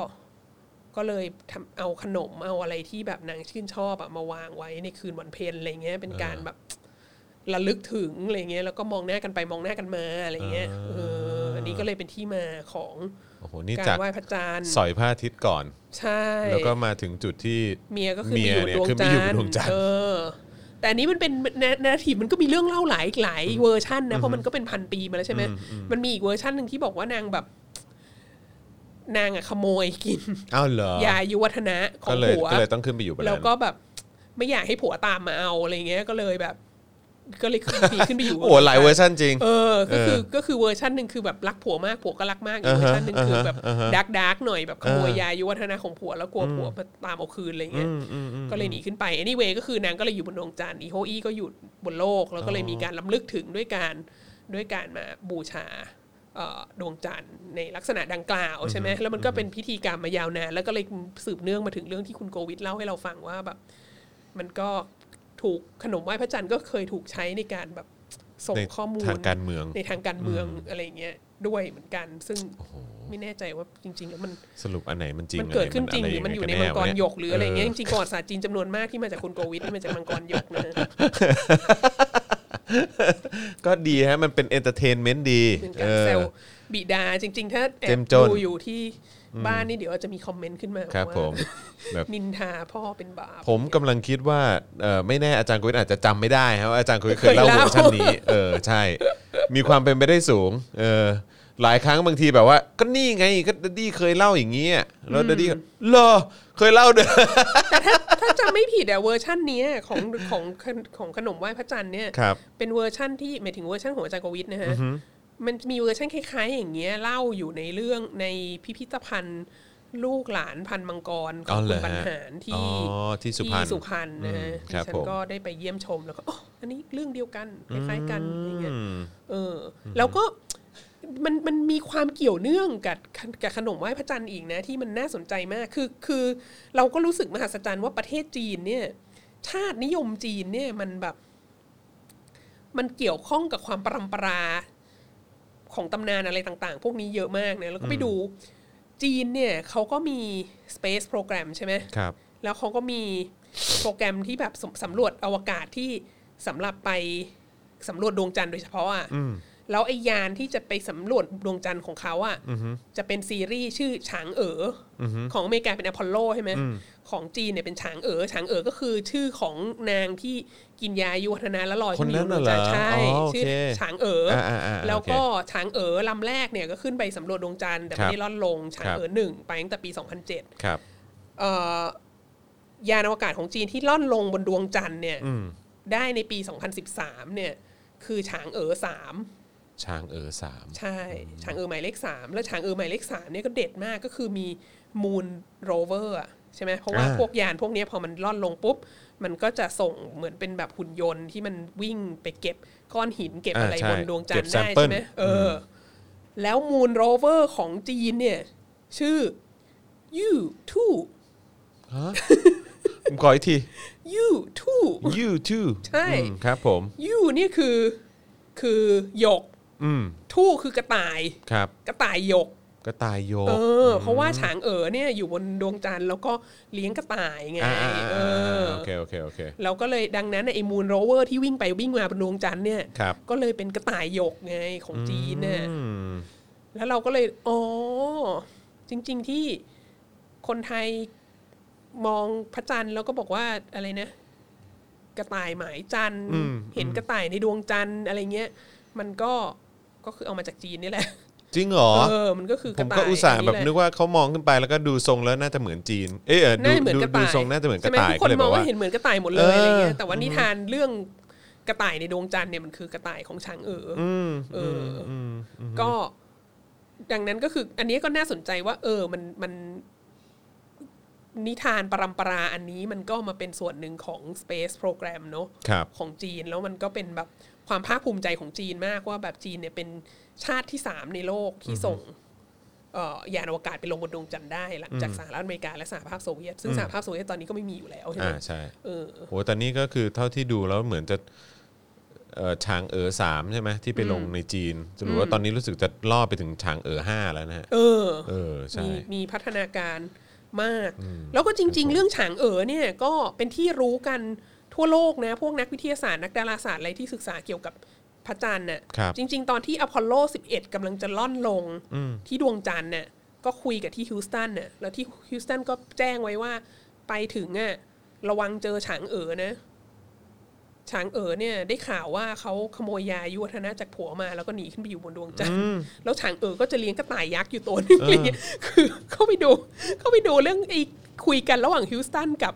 S2: ก็เลยทำเอาขนมเอาอะไรที่แบบนางชื่นชอบอะมาวางไว้ในคืนวันเพ็ญอะไรเงี้ยเป็นการแบบระลึกถึงอะไรเงี้ยแล้วก็มองหน้ากันไปมองหน้ากันมาอะไรเงี้ยเอออันนี้ก็เลยเป็นที่มาของ
S1: โอ้โห นี่
S2: การ
S1: จาก
S2: ไหว้พระจันทร์
S1: สอยพระอาทิตย์ก่อน
S2: ใช่
S1: แล้วก็มาถึงจุดที่
S2: เมียก็คือ
S1: เมี
S2: มี
S1: ย
S2: อยู่
S1: เนี่ย
S2: ดวง
S1: คือมี
S2: จั
S1: อยู่
S2: นท
S1: ดวงจันทร์
S2: ร์เออ แต่อันนี้มันเป็นนาทีมันก็มีเรื่องเล่าหลายหลายเวอร์ชันนะเพราะมันก็เป็นพันปีมาแล้วใช่ไหม
S1: อืมอืม
S2: มันมีอีกเวอร์ชันหนึ่งที่บอกว่านางแบบ นางอะขโมยกิน
S1: อ้าวเหรอย
S2: าอายุวัฒนะขอ
S1: ก็
S2: ง
S1: เลย
S2: ผัว
S1: ก็เลยต้องขึ้นไปอยู่บน
S2: แล้ว
S1: นั้น
S2: ก็แบบ ไม่อยากให้ผัวตามมาเอาอะไรเงี้ยก็เลยแบบ ก็เลยขึ้นปีขึ้นไปอยู่บน
S1: โอ้หลายเวอร์ชันจริง
S2: เออก็คือก็คือเวอร์ชันหนึ่งคือแบบรักผัวมากผัวก็รักมากอีก
S1: อ่า
S2: เวอ
S1: ฮะ
S2: ร์ชันหนึ่งคือแบบ
S1: อ่าฮะ
S2: ดาร์กดาร์กหน่อยแบบขโมย
S1: อ่าย
S2: ยายุวัฒนาของผัวแล้วกลัวผัวมาตามเอาคืนอะไรเงี้ย
S1: อืมอืมอืม
S2: ก็เลยหนีขึ้นไป anyway ก็คือนางก็เลยอยู่บนดวงจันทร์อีโฮอี้ก็อยู่บนโลก แล้วก็เลยมีการล้ำลึกถึงด้วยการด้วยการมาบูชาเอ่อดวงจันทร์ในลักษณะดังกล่าวใช่ไหมแล้วมันก็เป็นพิธีกรรมมายาวนานแล้วก็เลยสืบเนื่องมาถึงเรื่องที่คุณโกวิทเล่าให้เราฟังว่าแบบ มันก็ถูกขนมไหว้พระจันทร์ก็เคยถูกใช้ในการแบบส่ง
S1: ใน
S2: ข้อมูล
S1: ทางการเมือง
S2: ในทางการเมืองอะไรเงี้ยด้วยเหมือนกัน ซึ่งไม่แน่ใจว่าจริง ๆ แล้วมัน
S1: สรุปอันไหนมันจริง
S2: มันเกิดขึ้นจริง
S1: ะ
S2: ห
S1: ไ
S2: รือมันอยู่ใน
S1: ง
S2: มั
S1: กั
S2: ง
S1: แ
S2: กรหยกหรืออะไรเงี้ย
S1: เ
S2: จริงๆประวัติศาสตร์จีนจำนวนมากที่มาจากคุณโกวิทที่มาจากมังกรหยกนะ
S1: ก็ดีฮะ มันเป็นเอนเตอร์เทนเมนต์ดี
S2: เป็
S1: เอก
S2: นา
S1: อ
S2: รแซวบิดาจริง ๆ ถ้าแอ
S1: เจ้
S2: บ
S1: มจน
S2: ดูอยู่ที่บ้านนี่เดี๋ยวจะมีคอมเมนต์ขึ้นมา
S1: ครับ
S2: ว่า
S1: ผมแบบ
S2: นินทาพ่อเป็นบาป
S1: ผมกำลังคิดว่าเออไม่แน่อาจารย์กุยอาจจะจำไม่ได้ครับว่าอาจารย์กุยเคยเล่า
S2: เค
S1: เว
S2: ย
S1: อ
S2: เล่า
S1: ร์ชันนี้ เออใช่ มีความเป็นไปได้สูง เออหลายครั้งบางทีแบบว่า ก็นี่ไงก็ดัดดี้เคยเล่าอย่างนี้อะแล้วดัดดี้ก็เหรอเคยเล่าด้วย
S2: ถ้าจำไม่ผิดอะเวอร์ชันเนี้ยของของของขนมไหว้พระจันทร์เนี่ย
S1: ครับ
S2: เป็นเวอร์ชันที่หมายถึงเวอร์ชันของอาจารย์โกวิทนะฮะมันมีเวอร์ชันคล้ายๆ อย่างเงี้ยเล่าอยู่ในเรื่องในพิพิธภัณฑ์ลูกหลานพันธุ์มังกรข
S1: อ๋
S2: อง
S1: อเหร
S2: คุ
S1: อ
S2: ณบรร
S1: ฮะ
S2: หาร
S1: อ๋อ
S2: ที่
S1: ที่สุพรรณ
S2: ที่สุพรรณนะฮะ
S1: อืม
S2: ดิ
S1: ครับ
S2: ฉัน
S1: ผม
S2: ก็ได้ไปเยี่ยมชมแล้วก็อ๋ออันนี้เรื่องเดียวกันคล้ายๆกันอะไรเงี้ย
S1: อืม
S2: เอออแล้วก็มันมันมีความเกี่ยวเนื่องกับกับขนมไหว้พระจันทร์อีกนะ ที่มันน่าสนใจมากคือคือเราก็รู้สึกมหัศจรรย์ว่าประเทศจีนเนี่ย ชาตินิยมจีนเนี่ยมันแบบ มันเกี่ยวข้องกับความปรำปรา ของตำนานอะไรต่าง ๆ พวกนี้เยอะมากนะแล้วก็ไปดูจีนเนี่ยเขาก็มี Space Program ใช่ไหม
S1: ครับ
S2: แล้วเขาก็มีโปรแกรมที่แบบสำสำรวจอวกาศที่สำหรับไปสำรวจดวงจันทร์โดยเฉพาะอ่ะแล้วไอยานที่จะไปสำรวจดวงจันทร์ของเขาอ่ะจะเป็นซีรีส์ชื่อฉางเอ๋ออของอเมริกาเป็นอพอลโลใช่ไหมของจีนเนี่ยเป็นฉางเอ๋อฉางเอ๋อก็คือชื่อของนางที่กินยายุวัฒนาแล้วลอยขึ้ไป
S1: คนนั้นน่ะเหรอ
S2: ดวงจัทใช่
S1: อ๋อโอเค
S2: ชื่อฉางเอ๋ออา
S1: ๆๆ
S2: แล้ว
S1: โอเค
S2: ก็ฉางเอ๋อลำแรกเนี่ยก็ขึ้นไปสำรวจดวงจันทร์แต่
S1: ครั
S2: ไม่
S1: บ
S2: ได้ล่อนลงฉาง
S1: ครับ
S2: เอ๋อหนึ่งไปตั้งแต่ปี 2007
S1: ครับ
S2: เอ่อยานอวกาศของจีนที่ล่อนลงบนดวงจันทร์เนี่ย
S1: อืม
S2: ได้ในปี 2013 เนี่ย คือฉางเอ๋อสาม
S1: ช้างเออสาม
S2: ใช่ฉางเอ๋อหมายเลขสามแล้วฉางเอ๋อหมายเลขสามเนี่ยก็เด็ดมากก็คือมีมูนโรเวอร์ใช่ไหมเพราะว่าพวกยานพวกเนี้ยพอมันล่อนลงปุ๊บ มันก็จะส่งเหมือนเป็นแบบหุ่นยนต์ที่มันวิ่งไปเก็บก้อนหินเก็บอะไรบนดวงจันทร์ได้ใช่ไหมเอออ แล้วมูนโรเวอร์ของจีนเนี่ย ชื่อยูทู [laughs]
S1: ฮะผมขออีกที
S2: ยูทู
S1: you too
S2: ใช่
S1: อืมครับผม
S2: ยูนี่คือคือหยก
S1: อืม
S2: ทู่คือกระต่าย
S1: ครับ
S2: กระต่ายหยก
S1: กระต่ายโยก
S2: เออ เพราะว่าฉางเอ๋อเนี่ยอยู่บนดวงจันทร์แล้วก็เลี้ยงกระต่ายไง
S1: อ่าอ่าอ่า
S2: เอ
S1: อ่
S2: อา
S1: โอเคโอเคโอเค
S2: แล้วก็เลยดังนั้นไอ้มูนโรเวอร์ที่วิ่งไปวิ่งมาบนดวงจันทร์เนี่ย
S1: ครับ
S2: ก็เลยเป็นกระต่ายหยกไงของจีนเนี่ย
S1: อืม
S2: แล้วเราก็เลย อ๋อ จริง ๆ ที่คนไทยมองพระจันทร์แล้วก็บอกว่าอะไรนะ กระต่ายหมายจันทร์
S1: อืม
S2: เห็นกระต่ายในดวงจันทร์อะไรเงี้ย มันก็ก็คือเอามาจากจีนนี่แหละ
S1: จริงเหรอ
S2: เออ มันก็คือ
S1: ผ
S2: กระ
S1: ม
S2: ต่าย
S1: ก็อุตส่าห์แบบ
S2: อั
S1: นึกว่าเขามองขึ้นไปแล้วก็ดูทรงแล้วน่าจะเหมือนจีน เอยเออดู
S2: น่าจะเหมือน
S1: ดู
S2: กระ
S1: ดู
S2: ต่าย
S1: ทรงน่าจะเหมือนกระ
S2: ใช่
S1: ต่าย
S2: ไทุ
S1: ก็
S2: คน
S1: เลย
S2: ม
S1: แบ
S2: อง
S1: บ
S2: ว่า
S1: ว่า
S2: เห็นเหมือนกระต่ายหมดเลยอะไรเงี้
S1: เอย อ
S2: แต่ว่านิทานเรื่องกระต่ายในดวงจันทร์เนี่ยมันคือกระต่ายของช้างเอ๋ออ
S1: อืม
S2: เอ
S1: อื
S2: อ
S1: ม
S2: อื
S1: อืมอืม
S2: ก็ดังนั้นก็คืออันนี้ก็น่าสนใจว่า เออมันมันนิทานปรำปราอันนี้มันก็มาเป็นส่วนหนึ่งของ Space Program เนอะ
S1: ครับ
S2: ของจีนแล้วมันก็เป็นแบบความภาคภูมิใจของจีนมากว่าแบบจีนเนี่ยเป็นชาติที่สามในโลกที่ส่งเอ่อยานอวกาศไปลงบนดวงจันทร์ได้หลังจากสหรัฐอเมริกาและสหภาพโซเวียต ซึ่งสหภาพโซเวียตตอนนี้ก็ไม่มีอยู่แล้วใช่ไหม
S1: อ่าใช่
S2: เออ
S1: โหตอนนี้ก็คือเท่าที่ดูแล้วเหมือนจะเอ่อช้างเออสามใช่ไหมที่ไปลงในจีนจะรู้ว่าตอนนี้รู้สึกจะล่อไปถึงช้างเออห้าแล้วนะฮะ
S2: เออ
S1: เออใช่
S2: มีมีพัฒนาการมาก แล้วก็จริง ๆ เรื่องฉางเอ๋อเนี่ยก็เป็นที่รู้กันทั่วโลกนะ พวกนักวิทยาศาสตร์นักดาราศาสตร์อะไรที่ศึกษาเกี่ยวกับพระจันทร์น่ะ
S1: ครับ
S2: จริง ๆ ตอนที่อพอลโล 11กำลังจะล่อนลงที่ดวงจันทร์น่ะก็คุยกับที่ฮิวสตันน่ะแล้วที่ฮิวสตันก็แจ้งไว้ว่าไปถึงอ่ะระวังเจอฉางเอ๋อนะฉางเอ๋อเนี่ยได้ข่าวว่าเขาขโมยยายุวัฒนะจากผัวมาแล้วก็หนีขึ้นไปอยู่บนดวงจันทร์ แล้วฉางเอ๋อก็จะเลี้ยงกระต่ายยักษ์อยู่ตัวหนึงอะไรเงี้ยคือเข้าไปดู เข้าไปดูเรื่องไอ้ คุยกันระหว่างฮิวสตันกับ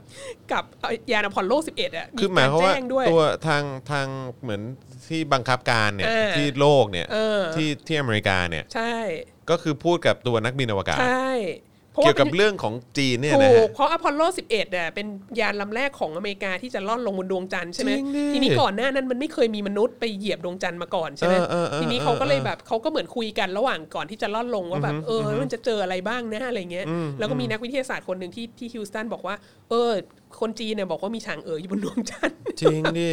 S2: กับเอ่อยานอพอลโล 11 อ่ะ
S1: คือหมายความว่า
S2: แจ้งด้วย
S1: ตัวทางทางเหมือนที่บังคับการเนี่ย
S2: เออ
S1: ที่โลกเนี่ย
S2: เออ
S1: ที่ที่อเมริกาเนี่ย
S2: ใช่
S1: ก็คือพูดกับตัวนักบินอวกาศ
S2: ใช่เพราะ
S1: เกี่
S2: ว่า
S1: ยวกับเรื่องของจีนเนี่ยนะ
S2: ถู
S1: ฮะ
S2: กเพราะอพอลโล 11เนี่ยเป็นยานลำแรกของอเมริกาที่จะล่อนลงบนดวงจันทร์ใช่ไหม
S1: จริงดิ
S2: ทีนี้ก่อนหน้านั้นมันไม่เคยมีมนุษย์ไปเหยียบดวงจันทร์มาก่อนใช่ไหม
S1: เออเออเออ
S2: ทีนี้เขาก็เลยแบบเขาก็เหมือนคุยกันระหว่างก่อนที่จะล่อนลงว่าแบบเอออมันจะเจออะไรบ้างนะอะไรเงี้ย
S1: อืม
S2: แล้วก็มีนักวิทยาศาสตร์คนหนึ่งที่ที่ฮิวสตันบอกว่า เออ คนจีนเนี่ยบอกว่ามีฉางเอ๋ออยู่บนดวงจันทร์
S1: จริงดิ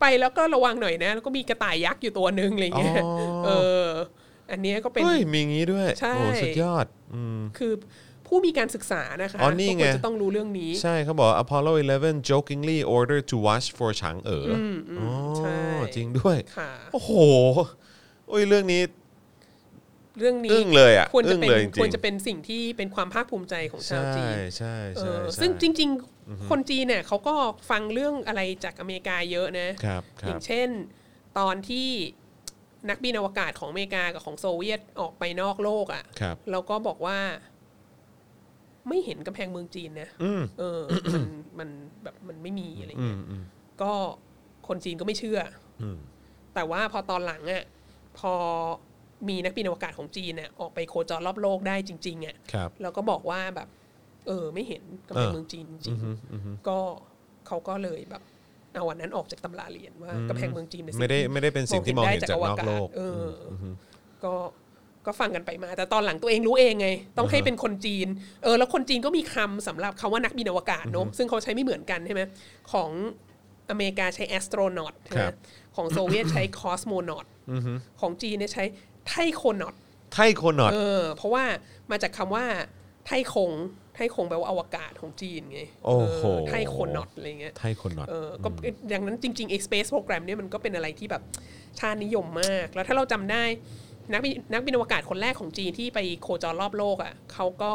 S2: ไปแล้วก็ระวังหน่อยนะ แล้วก็มีกระต่ายยักษ์อยู่ตัวหนึ่งอะไรเงี้ย
S1: อ๋อ
S2: เออ อันเนี้ยก็เป็น
S1: เฮ้ยมีอย่างงี้ด้วย
S2: ใช่
S1: โอ้สุดยอดอืม
S2: คือผู้มีการศึกษานะคะ
S1: อ๋อนี่
S2: ก็
S1: ไง
S2: ควรจะต้องรู้เรื่องนี้
S1: ใช่เขาบอก Apollo 11 jokingly ordered to watch for ฉางเอ๋อออ๋อ
S2: ใช่
S1: จริงด้วย
S2: ค่ะ
S1: โอ้โหโอ้ยเรื่องนี้
S2: เรื่องนี้
S1: อึ้งเลยอ่ะ
S2: ควรจะ
S1: อึ้ง
S2: เป็น
S1: เลยจ
S2: คว
S1: ริ
S2: รง จะเป็นสิ่งที่เป็นความภาคภูมิใจของ
S1: ๆ
S2: ชาว
S1: ใช่
S2: จีน
S1: ใช่
S2: เอ
S1: ใช่
S2: อ
S1: ใช่
S2: ซึ่งจริง ๆ คนจีนเนี่ยเขาก็ฟังเรื่องอะไรจากอเมริกาเยอะนะ
S1: ครับค
S2: อ
S1: รับ
S2: ย่างเช่น ตอนที่นักบินอวกาศของอเมริกากับของโซเวียตออกไปนอกโลกอะ
S1: ครั่
S2: ะ
S1: บ
S2: แล้วก็บอกว่า ไม่เห็นกำแพงเมืองจีนนะ
S1: อืม
S2: เออ มันมันแบบมันไม่มีอะไร
S1: อื
S2: เงี้
S1: ม
S2: ย
S1: อืม
S2: ก็คนจีนก็ไม่เชื่อ
S1: อืม
S2: แต่ว่าพอตอนหลังอะ่ะพอมีนักบินอวกาศของจีนเนี่ยออกไปโคจรรอบโลกได้จริง ๆอะ่ะ
S1: ครับ
S2: แล้วก็บอกว่าแบบ เออ ไม่เห็นกำแพงเมืองจีนจริงๆ ก็เขาก็เลยแบบเอาวันนั้นออกจากตำราเรียนว่า
S1: อืม
S2: กำแพงเมืองจีนเป็นสิ่ง
S1: ไม่ได้ไม่ได้เป็นสิ่งที่มองเห็นจากนอกโลก
S2: เอออก็ก็ฟังกันไปมา แต่ตอนหลังตัวเองรู้เองไง ต้องให้เป็นคนจีน เออ แล้วคนจีนก็มีคำสำหรับคำว่านักบินอวกาศเนอะซึ่งเขาใช้ไม่เหมือนกันใช่ไหมของอเมริกาใช้แอสโตรนอตใช่ไหม
S1: ครับ
S2: ของโซเวียตใช้คอสโมนอตของจีนเนี่ยใช้ไทโคนอต
S1: ไทโคนอด
S2: เออ เพราะว่ามาจากคำว่าไทคง ไทคงแปลว่าอวกาศของจีนไง
S1: โอ้โห
S2: เออไทโคนอตอะไรเงี้ย
S1: ไทโคนอด
S2: เออก็ดังนั้นจริงๆ Space Program เนี่ยมันก็เป็นอะไรที่แบบชาตินิยมมาก แล้วถ้าเราจำได้ นักบินนักบินอวกาศคนแรกของจีนที่ไปโคจรรอบโลกอะ่ะเขาก็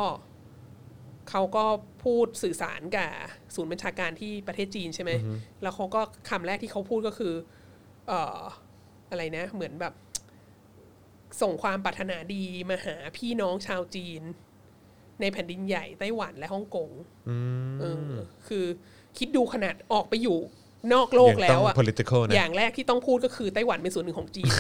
S2: เขาก็พูดสื่อสารกับศูนย์บัญชาการที่ประเทศจีนใช่ไหม แล้วเขาก็คำแรกที่เขาพูดก็คือ เอ่ออะไรนะ เหมือนแบบ ส่งความปรารถนาดีมาหาพี่น้องชาวจีน ในแผ่นดินใหญ่ไต้หวันและฮ่องกงเออคือคิดดูขนาดออกไปอยู่นอกโลก
S1: ยัง
S2: แล้
S1: ต้อง
S2: วอะ
S1: political นะ
S2: อย่างแรกที่ต้องพูดก็คือไต้หวันเป็นส่วนหนึ่งของจี
S1: [laughs]
S2: น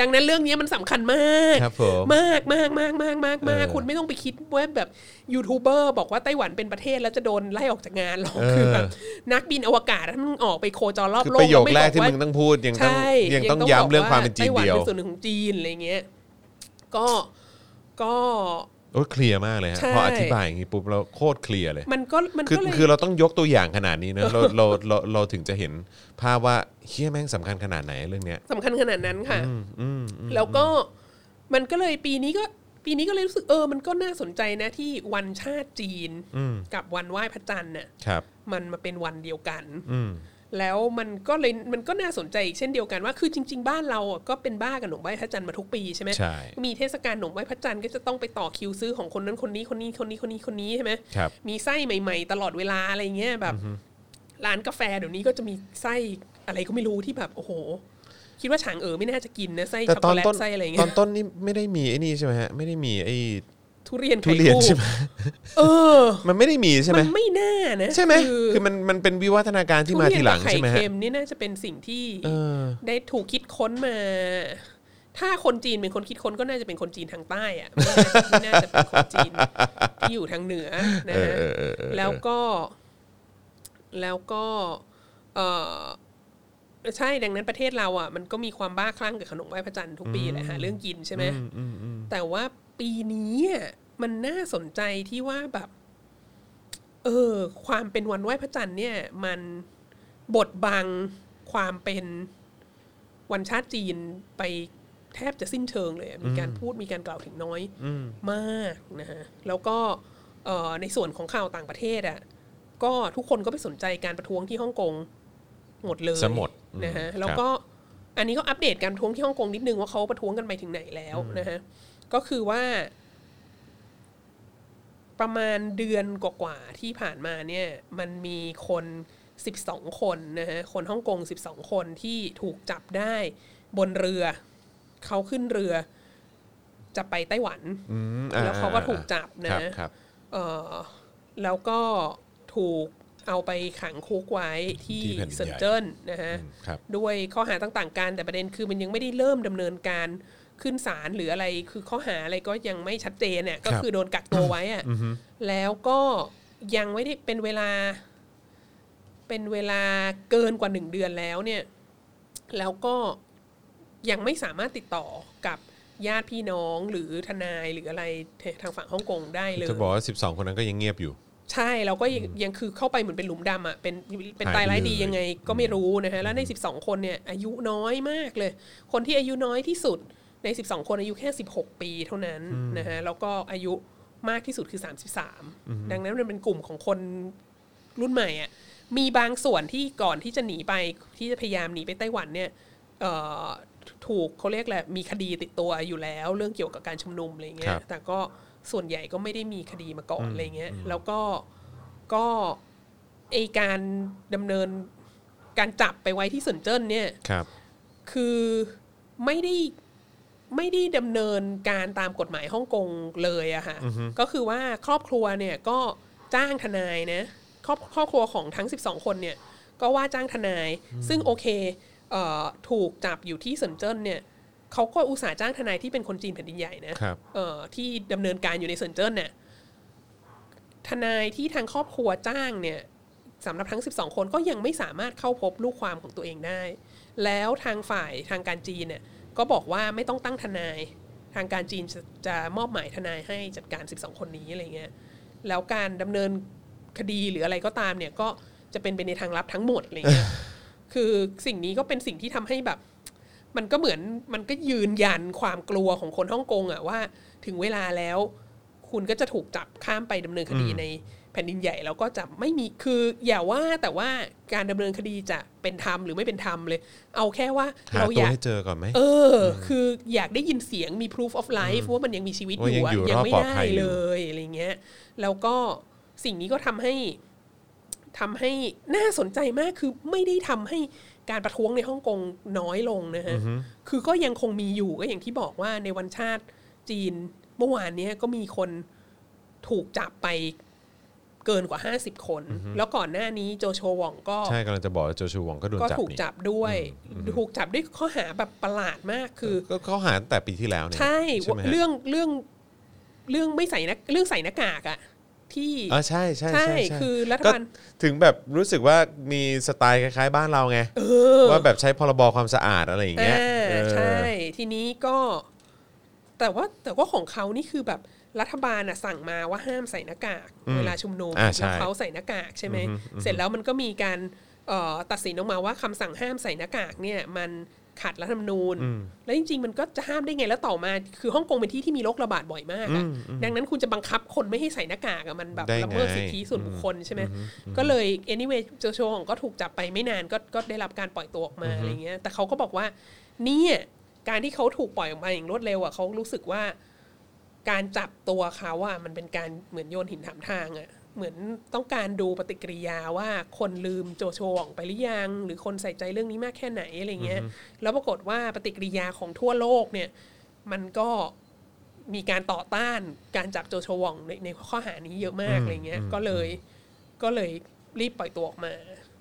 S2: ดังนั้นเรื่องนี้มันสำคัญมาก
S1: ครับผม
S2: มากมากมากมากมากมาก
S1: เออ
S2: คุณไม่ต้องไปคิดว่าแบบยูทูบเบอร์บอกว่าไต้หวันเป็นประเทศแล้วจะโดนไล่ออกจากงานหรอก
S1: เออ
S2: คือแบบนักบินอวกาศถ้ามึงออกไปโคจรรอบ
S1: คือ
S2: โลก
S1: ประโยคแรกที่
S2: ล้ว
S1: มึงต้องพูดยังต้อง
S2: ใช่
S1: ยังต้องย้ำเรื่องความเป็นจีน
S2: ไต้หวัน
S1: เดียว
S2: เป็นส่วนหนึ่งของจีนอะไรเงี้ยก็ก็
S1: โอ้ยเคลียร์มากเลยฮะ
S2: ใช่
S1: พออธิบายอย่างนี้ปุ๊บเราโคตรเคลียร์เลย
S2: มันก็มัน
S1: คือ
S2: ก็เลย
S1: คือเราต้องยกตัวอย่างขนาดนี้เนอะเราเราเราเราถึงจะเห็นภาพว่าเฮี้ยแม่งสำคัญขนาดไหนเรื่องเนี้ย
S2: สำคัญขนาดนั้นค่ะ
S1: อืมอืมอืม
S2: แล้วก็มันก็เลยปีนี้ก็ปีนี้ก็เลยรู้สึกเออ มันก็น่าสนใจนะที่วันชาติจีน
S1: อืม
S2: กับวันไหว้พระจันทร์น่ะ
S1: ครับ
S2: มันมาเป็นวันเดียวกัน
S1: อืม
S2: แล้วมันก็เลยมันก็น่าสนใจอีกเช่นเดียวกันว่าคือจริง ๆ บ้านเราอ่ะก็เป็นบ้ากับหนมไหว้พระจันทร์มาทุกปีใช่ไหม
S1: ใช่
S2: มีเทศกาลหนมไหว้พระจันทร์ก็จะต้องไปต่อคิวซื้อของคนนั้นคนนี้คนนี้คนนี้คนนี้คนนี้ใช่ไหม
S1: ครับ
S2: มีไส้ใหม่ ๆ ตลอดเวลาอะไรเงี้ยแบบร้านกาแฟเดี๋ยวนี้ก็จะมีไส้อะไรก็ไม่รู้ที่แบบโอ้โห คิดว่าฉางเอ๋อไม่น่าจะกินนะไส้
S1: แต่
S2: ช็อก
S1: ต
S2: โก
S1: อน
S2: แลต
S1: ต้น
S2: ไส้อะไร
S1: ตอ
S2: เงี้
S1: น
S2: ย
S1: ต้นนี่ไม่ได้มีไอ้นี่ใช่ไหมฮะไม่ได้มีไอ้
S2: ทุเรียน
S1: ทุ
S2: ไข่
S1: เรียน
S2: คู่
S1: ใช่ไหม
S2: เออ
S1: มันไม่ได้มีใช่ไหม
S2: มันไม่น่านะ
S1: ใช่ไหม
S2: คือ
S1: คือมันมันเป็นวิวัฒนาการที่มาทีหลัง
S2: ทุเรียนกับไข่
S1: ใช่ไหมฮะ
S2: เค็มนี่น่าจะเป็นสิ่งที่
S1: เออ
S2: ได้ถูกคิดค้นมา ถ้าคนจีนเป็นคนคิดค้นก็น่าจะเป็นคนจีนทางใต้อะไม่น่าจะเป็นคนจีนที่อยู่ทางเหนือนะฮะ
S1: เออเออเออ
S2: แล้วก็ แล้วก็เออใช่ดังนั้นประเทศเราอ่ะมันก็มีความบ้าคลั่งกับขนมไหว้พระจันทร์ทุกปีแหละหาเรื่องกินใช่ไหม
S1: อืมอืมอืม
S2: แต่ว่าปีนี้อ่ะมันน่าสนใจที่ว่าแบบ เออ ความเป็นวันไหว้พระจันทร์เนี่ย มันบดบังความเป็นวันชาติจีนไปแทบจะสิ้นเชิงเลยอะมีการพูดมีการกล่าวถึงน้อย
S1: อืม
S2: มากนะฮะแล้วก็เอ่อในส่วนของข่าวต่างประเทศอ่ะก็ทุกคนก็ไปสนใจการประท้วงที่ฮ่องกงหมดเลย
S1: ซะหมด
S2: นะฮะ
S1: อืม
S2: แล้วก็อันนี้ก็อัปเดตการประท้วงที่ฮ่องกงนิดนึงว่าเขาประท้วงกันไปถึงไหนแล้วนะฮะก็คือว่า ประมาณเดือนกว่าๆที่ผ่านมาเนี่ย มันมีคน 12 คนนะฮะคนฮ่องกง 12 คนที่ถูกจับได้บนเรือ เขาขึ้นเรือ จะไปไต้หวัน
S1: อืมอ่
S2: แล้วเขาก็ถูกจับนะ
S1: ครับครับ
S2: เอ่อ แล้วก็ถูกเอาไปขังคุกไว้ที่
S1: ที่แผ่นดินใหญ่
S2: เซนเจิ้นนะฮะ
S1: อืมครับ
S2: ด้วยข้อหาต่างๆ กันแต่ประเด็นคือมันยังไม่ได้เริ่มดำเนินการขึ้นศาลหรืออะไรคือข้อหาอะไรก็ยังไม่ชัดเจนเนี่ยก็
S1: ครับ
S2: คือโดนกักตัวไว้อะแล้วก็ยังไม่ได้เป็นเวลา เป็นเวลาเกินกว่าหนึ่งเดือนแล้วเนี่ย แล้วก็ยังไม่สามารถติดต่อกับญาติพี่น้องหรือทนายหรืออะไรทางฝั่งฮ่องกงได้เลย
S1: จะบอกว่า 12 คนนั้นก็ยังเงียบอยู่
S2: ใช่เราก็ยังยังคือเข้าไปเหมือนเป็นหลุมดำอ่ะเป็นเป็น
S1: หายไป
S2: ตายร้ายดี
S1: เลย
S2: ยังไงก็ไม่รู้นะฮะแล้วใน 12 คนเนี่ยอายุน้อยมากเลย คนที่อายุน้อยที่สุดใน 12 คนอายุแค่ 16 ปีเท่านั้นนะฮะแล้วก็อายุมากที่สุดคือ 33 ดังนั้นมันเป็นกลุ่มของคนรุ่นใหม่อ่ะมีบางส่วนที่ก่อนที่จะหนีไปที่จะพยายามหนีไปไต้หวันเนี่ยเอ่อถูกเขาเรียกแหละมีคดีติดตัวอยู่แล้ว เรื่องเกี่ยวกับการชุมนุมอะไรอย่างเงี้
S1: ค
S2: ย
S1: รับ
S2: แต่ก็ส่วนใหญ่ก็ไม่ได้มีคดีมาก่อนอะไรเงี้ย แล้วก็ก็ไอการดำเนินการจับไปไว้ที่เซินเจิ้นเนี่ย
S1: ครับ
S2: คือไม่ได้ไม่ได้ดำเนินการตามกฎหมายฮ่องกงเลยอะค่ะ ก็คือว่าครอบครัวเนี่ยก็จ้างทนายนะครอบครอบครัวของทั้ง 12 คนเนี่ยก็ว่าจ้างทนาย ซึ่งโอเคเอ่อถูกจับอยู่ที่เซินเจิ้นเนี่ยเขาก็อุตส่าห์จ้างทนายที่เป็นคนจีนแผ่นดินใหญ่นะครับ เอ่อที่ดำเนินการอยู่ในเซินเจิ้นเนี่ยทนายที่ทางครอบครัวจ้างเนี่ย สำหรับทั้ง 12 คนก็ยังไม่สามารถเข้าพบลูกความของตัวเองได้ แล้วทางฝ่ายทางการจีนเนี่ยก็บอกว่าไม่ต้องตั้งทนาย ทางการจีนจะจะมอบหมายทนายให้จัดการ 12 คนนี้อะไรเงี้ย แล้วการดำเนินคดีหรืออะไรก็ตามเนี่ยก็จะเป็นไปในทางลับทั้งหมดอะไรเงี้ย คือสิ่งนี้ก็เป็นสิ่งที่ทำให้แบบ มันก็เหมือนมันก็ยืนยันความกลัวของคนฮ่องกงอะว่าถึงเวลาแล้ว คุณก็จะถูกจับข้ามไปดำเนินคดีในแผ่นดินใหญ่แล้วก็จะไม่มีคืออย่าว่าแต่ว่าการดำเนินคดีจะเป็นธรรมหรือไม่เป็นธรรมเลย เอาแค่ว่า
S1: หา
S2: เรา
S1: ตัวย
S2: อาก
S1: ให้เจอก่อนไหม
S2: เออ คืออยากได้ยินเสียงมี proof of life ว่ามันยังมีชีวิตอยู่
S1: ว่ายัง
S2: อะ
S1: อยู่
S2: ยังไม่
S1: รอดปลอด
S2: ได้
S1: ภัยอยู่
S2: เลยอะไรเงี้ย แล้วก็สิ่งนี้ก็ทำให้ทำให้น่าสนใจมากคือไม่ได้ทำให้การประท้วงในฮ่องกงน้อยลงนะฮะ คือก็ยังคงมีอยู่ก็อย่างที่บอกว่าในวันชาติจีนเมื่อวานเนี้ยก็มีคนถูกจับไปเกินกว่าห้าสิบคน แล้วก่อนหน้านี้โจโชวหว่องก็
S1: ใช่กำลังจะบอกว่าโจชูวองก็โดน
S2: ก็
S1: จับ
S2: ถูก
S1: นี่
S2: จับด้วย ถูกจับด้วยข้อหาแบบประหลาดมากคือ
S1: ก็เขาหาตั้งแต่ปีที่แล้วเนี่ยไ
S2: ใช่
S1: หมฮะ
S2: เรื่องเรื่องเรื่องไม่ใส่หน้าเรื่องใส่หน้ากากอะที่
S1: อ๋อใช่ใช่
S2: ใช่
S1: ใช่ใช่
S2: คือรัฐ
S1: ก็
S2: บาล
S1: ถึงแบบรู้สึกว่ามีสไตล์คล้ายๆบ้านเราไง
S2: เออ
S1: ว่าแบบใช้พรบความสะอาดอะไรอย่างเงี้ย
S2: อ่า
S1: เออ
S2: ใช่ ทีนี้ก็ แต่ว่าแต่ว่าของเขานี่คือแบบรัฐบาลอะสั่งมาว่าห้ามใส่หน้ากากเวลาชุมนุม
S1: า
S2: แล้ว
S1: ใช่
S2: เขาใส่หน้ากากใช่ไหมเสร็จแล้วมันก็มีการเอ่อตัดสินออกมาว่าคำสั่งห้ามใส่หน้ากากเนี่ย มันขัดรัฐธรรมนูญ แล้วจริง ๆ มันก็จะห้ามได้ไงแล้วต่อมา คือฮ่องกงเป็นที่ที่มีโรคระบาดบ่อยมากอะดังนั้นคุณจะบังคับคนไม่ให้ใส่หน้ากากอะมันแบบ
S1: ได้ไง
S2: ละเมิดสิทธิส่วนบุคคลใช่ไหมก็เลย anyway โจโชของก็ถูกจับไปไม่นานก็ก็ได้รับการปล่อยตัวออกมาอะไรเงี้ยแต่เขาก็บอกว่าเนี่ยการที่เขาถูกปล่อยออกมาอย่างรวดเร็วอะเขารู้สึกว่า การจับตัวเขาอะมันเป็นการเหมือนโยนหินถามทางอะเหมือนต้องการดูปฏิกิริยาว่าคนลืมโจโชวองไปหรือยัง หรือคนใส่ใจเรื่องนี้มากแค่ไหนอะไรเงี้ย แล้วปรากฏว่าปฏิกิริยาของทั่วโลกเนี่ย มันก็มีการต่อต้านการจับโจโชวองในในข้อหานี้เยอะมากอะไรเงี้ยก็เลยก็เลยรีบปล่อยตัวออกมา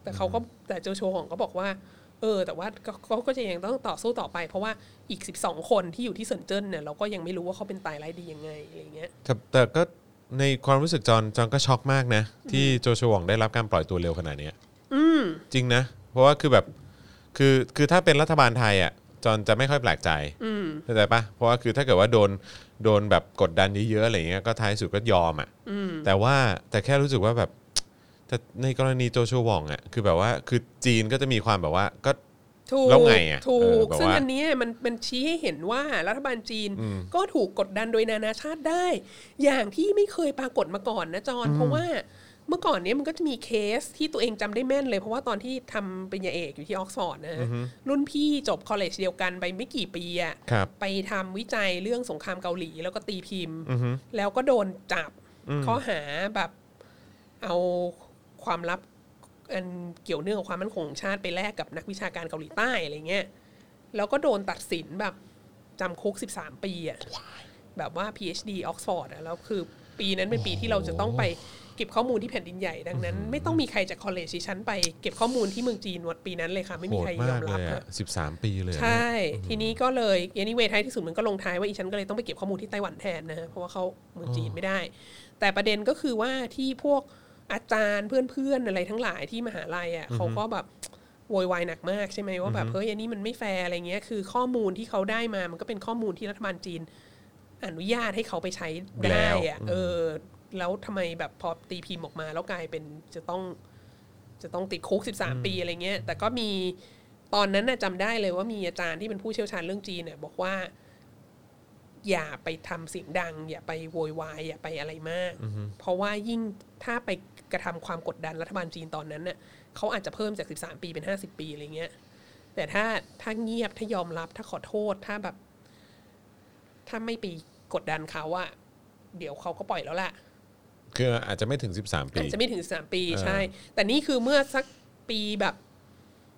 S2: แต่เขาก็แต่โจโชวองก็บอกว่า เออ แต่ว่าก็ก็ก็จะยังต้องต่อสู้ต่อไป เพราะว่าอีก 12 คนที่อยู่ที่เซินเจิ้นเนี่ยเราก็ยังไม่รู้ว่าเขาเป็นตายร้ายดียังไงอะไรเงี้ย
S1: แต่แต่ก็ในความรู้สึกจอนจอนก็ช็อกมากนะ ที่โจชูวองได้รับการปล่อยตัวเร็วขนาดเนี้ยจริงนะ เพราะว่าคือแบบคือคือถ้าเป็นรัฐบาลไทยอ่ะจอนจะไม่ค่อยแปลกใจเข้าใจปะเพราะว่าคือถ้าเกิดว่าโดนโดนแบบกดดันเยอะๆอะไรเงี้ยก็ท้ายสุดก็ยอมอ่ะแต่ว่าแต่แค่รู้สึกว่าแบบ แต่ในกรณีโจชูวองอ่ะคือแบบว่าคือจีนก็จะมีความแบบว่าก็
S2: ถูก
S1: แล้วไงอะ
S2: ถู
S1: เออก แบบ
S2: ซึ่ง
S1: ว่า
S2: อันเนี้ยมันมันชี้ให้เห็นว่ารัฐบาลจีนก็ถูกกดดันโดยนานาชาติได้ อย่างที่ไม่เคยปรากฏมาก่อนนะจอนเพราะว่าเมื่อก่อนเนี้ยมันก็จะมีเคสที่ตัวเองจำได้แม่นเลย เพราะว่าตอนที่ทำปริญญาเอกอยู่ที่ออกซฟอร์ดนะรุ่นพี่จบคอลเลจเดียวกันไปไม่กี่ปีอะ
S1: ครับ
S2: ไปทำวิจัยเรื่องสงครามเกาหลี แล้วก็ตีพิมพ์ แล้วก็โดนจับข้อหาแบบ เอาความลับอันเกี่ยวเนื่องกับความมั่นคงของชาติไปแลกกับนักวิชาการเกาหลีใต้อะไรเงี้ย แล้วก็โดนตัดสินแบบจำคุก 13 ปีอะแบบว่า PhD ออกซฟอร์ดอะแล้วคือปีนั้นเป็นปีที่เราจะต้องไป เก็บข้อมูลที่แผ่นดินใหญ่ดังนั้น ไม่ต้องมีใครจากคอลเลจดิฉันไปเก็บข้อมูลที่เมืองจีนวันปีนั้นเลยค่ะ ไม่
S1: โห
S2: มี
S1: ด
S2: ใครยอ
S1: มาก
S2: ม
S1: เล
S2: รับ
S1: ย
S2: ค่ะ
S1: อ่ะสิบสามปีเลยอะ
S2: ใช่ ทีนี้ก็เลย anyway ท้ายที่สุดมันก็ลงท้ายว่าอีฉันก็เลยต้องไปเก็บข้อมูลที่ไต้หวันแทนนะฮะเพราะว่าเขาเมืองจีนไม่ได้ แต่ประเด็นก็คือว่าที่พวกอาจารย์เพื่อนๆอะไรทั้งหลายที่มหาลัยอ่ะเขาก็แบบโวยวายหนักมากใช่ไหมว่าแบบเฮ้ยอันนี้มันไม่แฟร์อะไรเงี้ยคือข้อมูลที่เขาได้มามันก็เป็นข้อมูลที่รัฐบาลจีน อนุญาตให้เขาไปใช้ได้อ่ะเออ แล้วทำไมแบบพอตีพิมพ์ออกมาแล้วกลายเป็นจะต้อง จะต้องติดคุก 13 ปีอะไรเงี้ย แต่ก็มีตอนนั้นน่ะจำได้เลยว่ามีอาจารย์ที่เป็นผู้เชี่ยวชาญเรื่องจีนเนี่ยบอกว่า อย่าไปทำเสียงดัง อย่าไปโวยวายอย่าไปอะไรมาก เพราะว่ายิ่งถ้าไปกระทำความกดดันรัฐบาลจีนตอนนั้นเนี่ยเขาอาจจะเพิ่มจาก 13 ปีเป็น 50 ปีอะไรเงี้ย แต่ถ้าถ้าเงียบถ้ายอมรับถ้าขอโทษถ้าแบบ ถ้าไม่ไปกดดันเขาอะเดี๋ยวเขาก็ปล่อยแล้วล่ะ
S1: คืออาจจะไม่ถึง 13 ปี
S2: อาจจะไม่ถึงสามปี
S1: เออ
S2: ใช่ แต่นี่คือเมื่อสักปีแบบ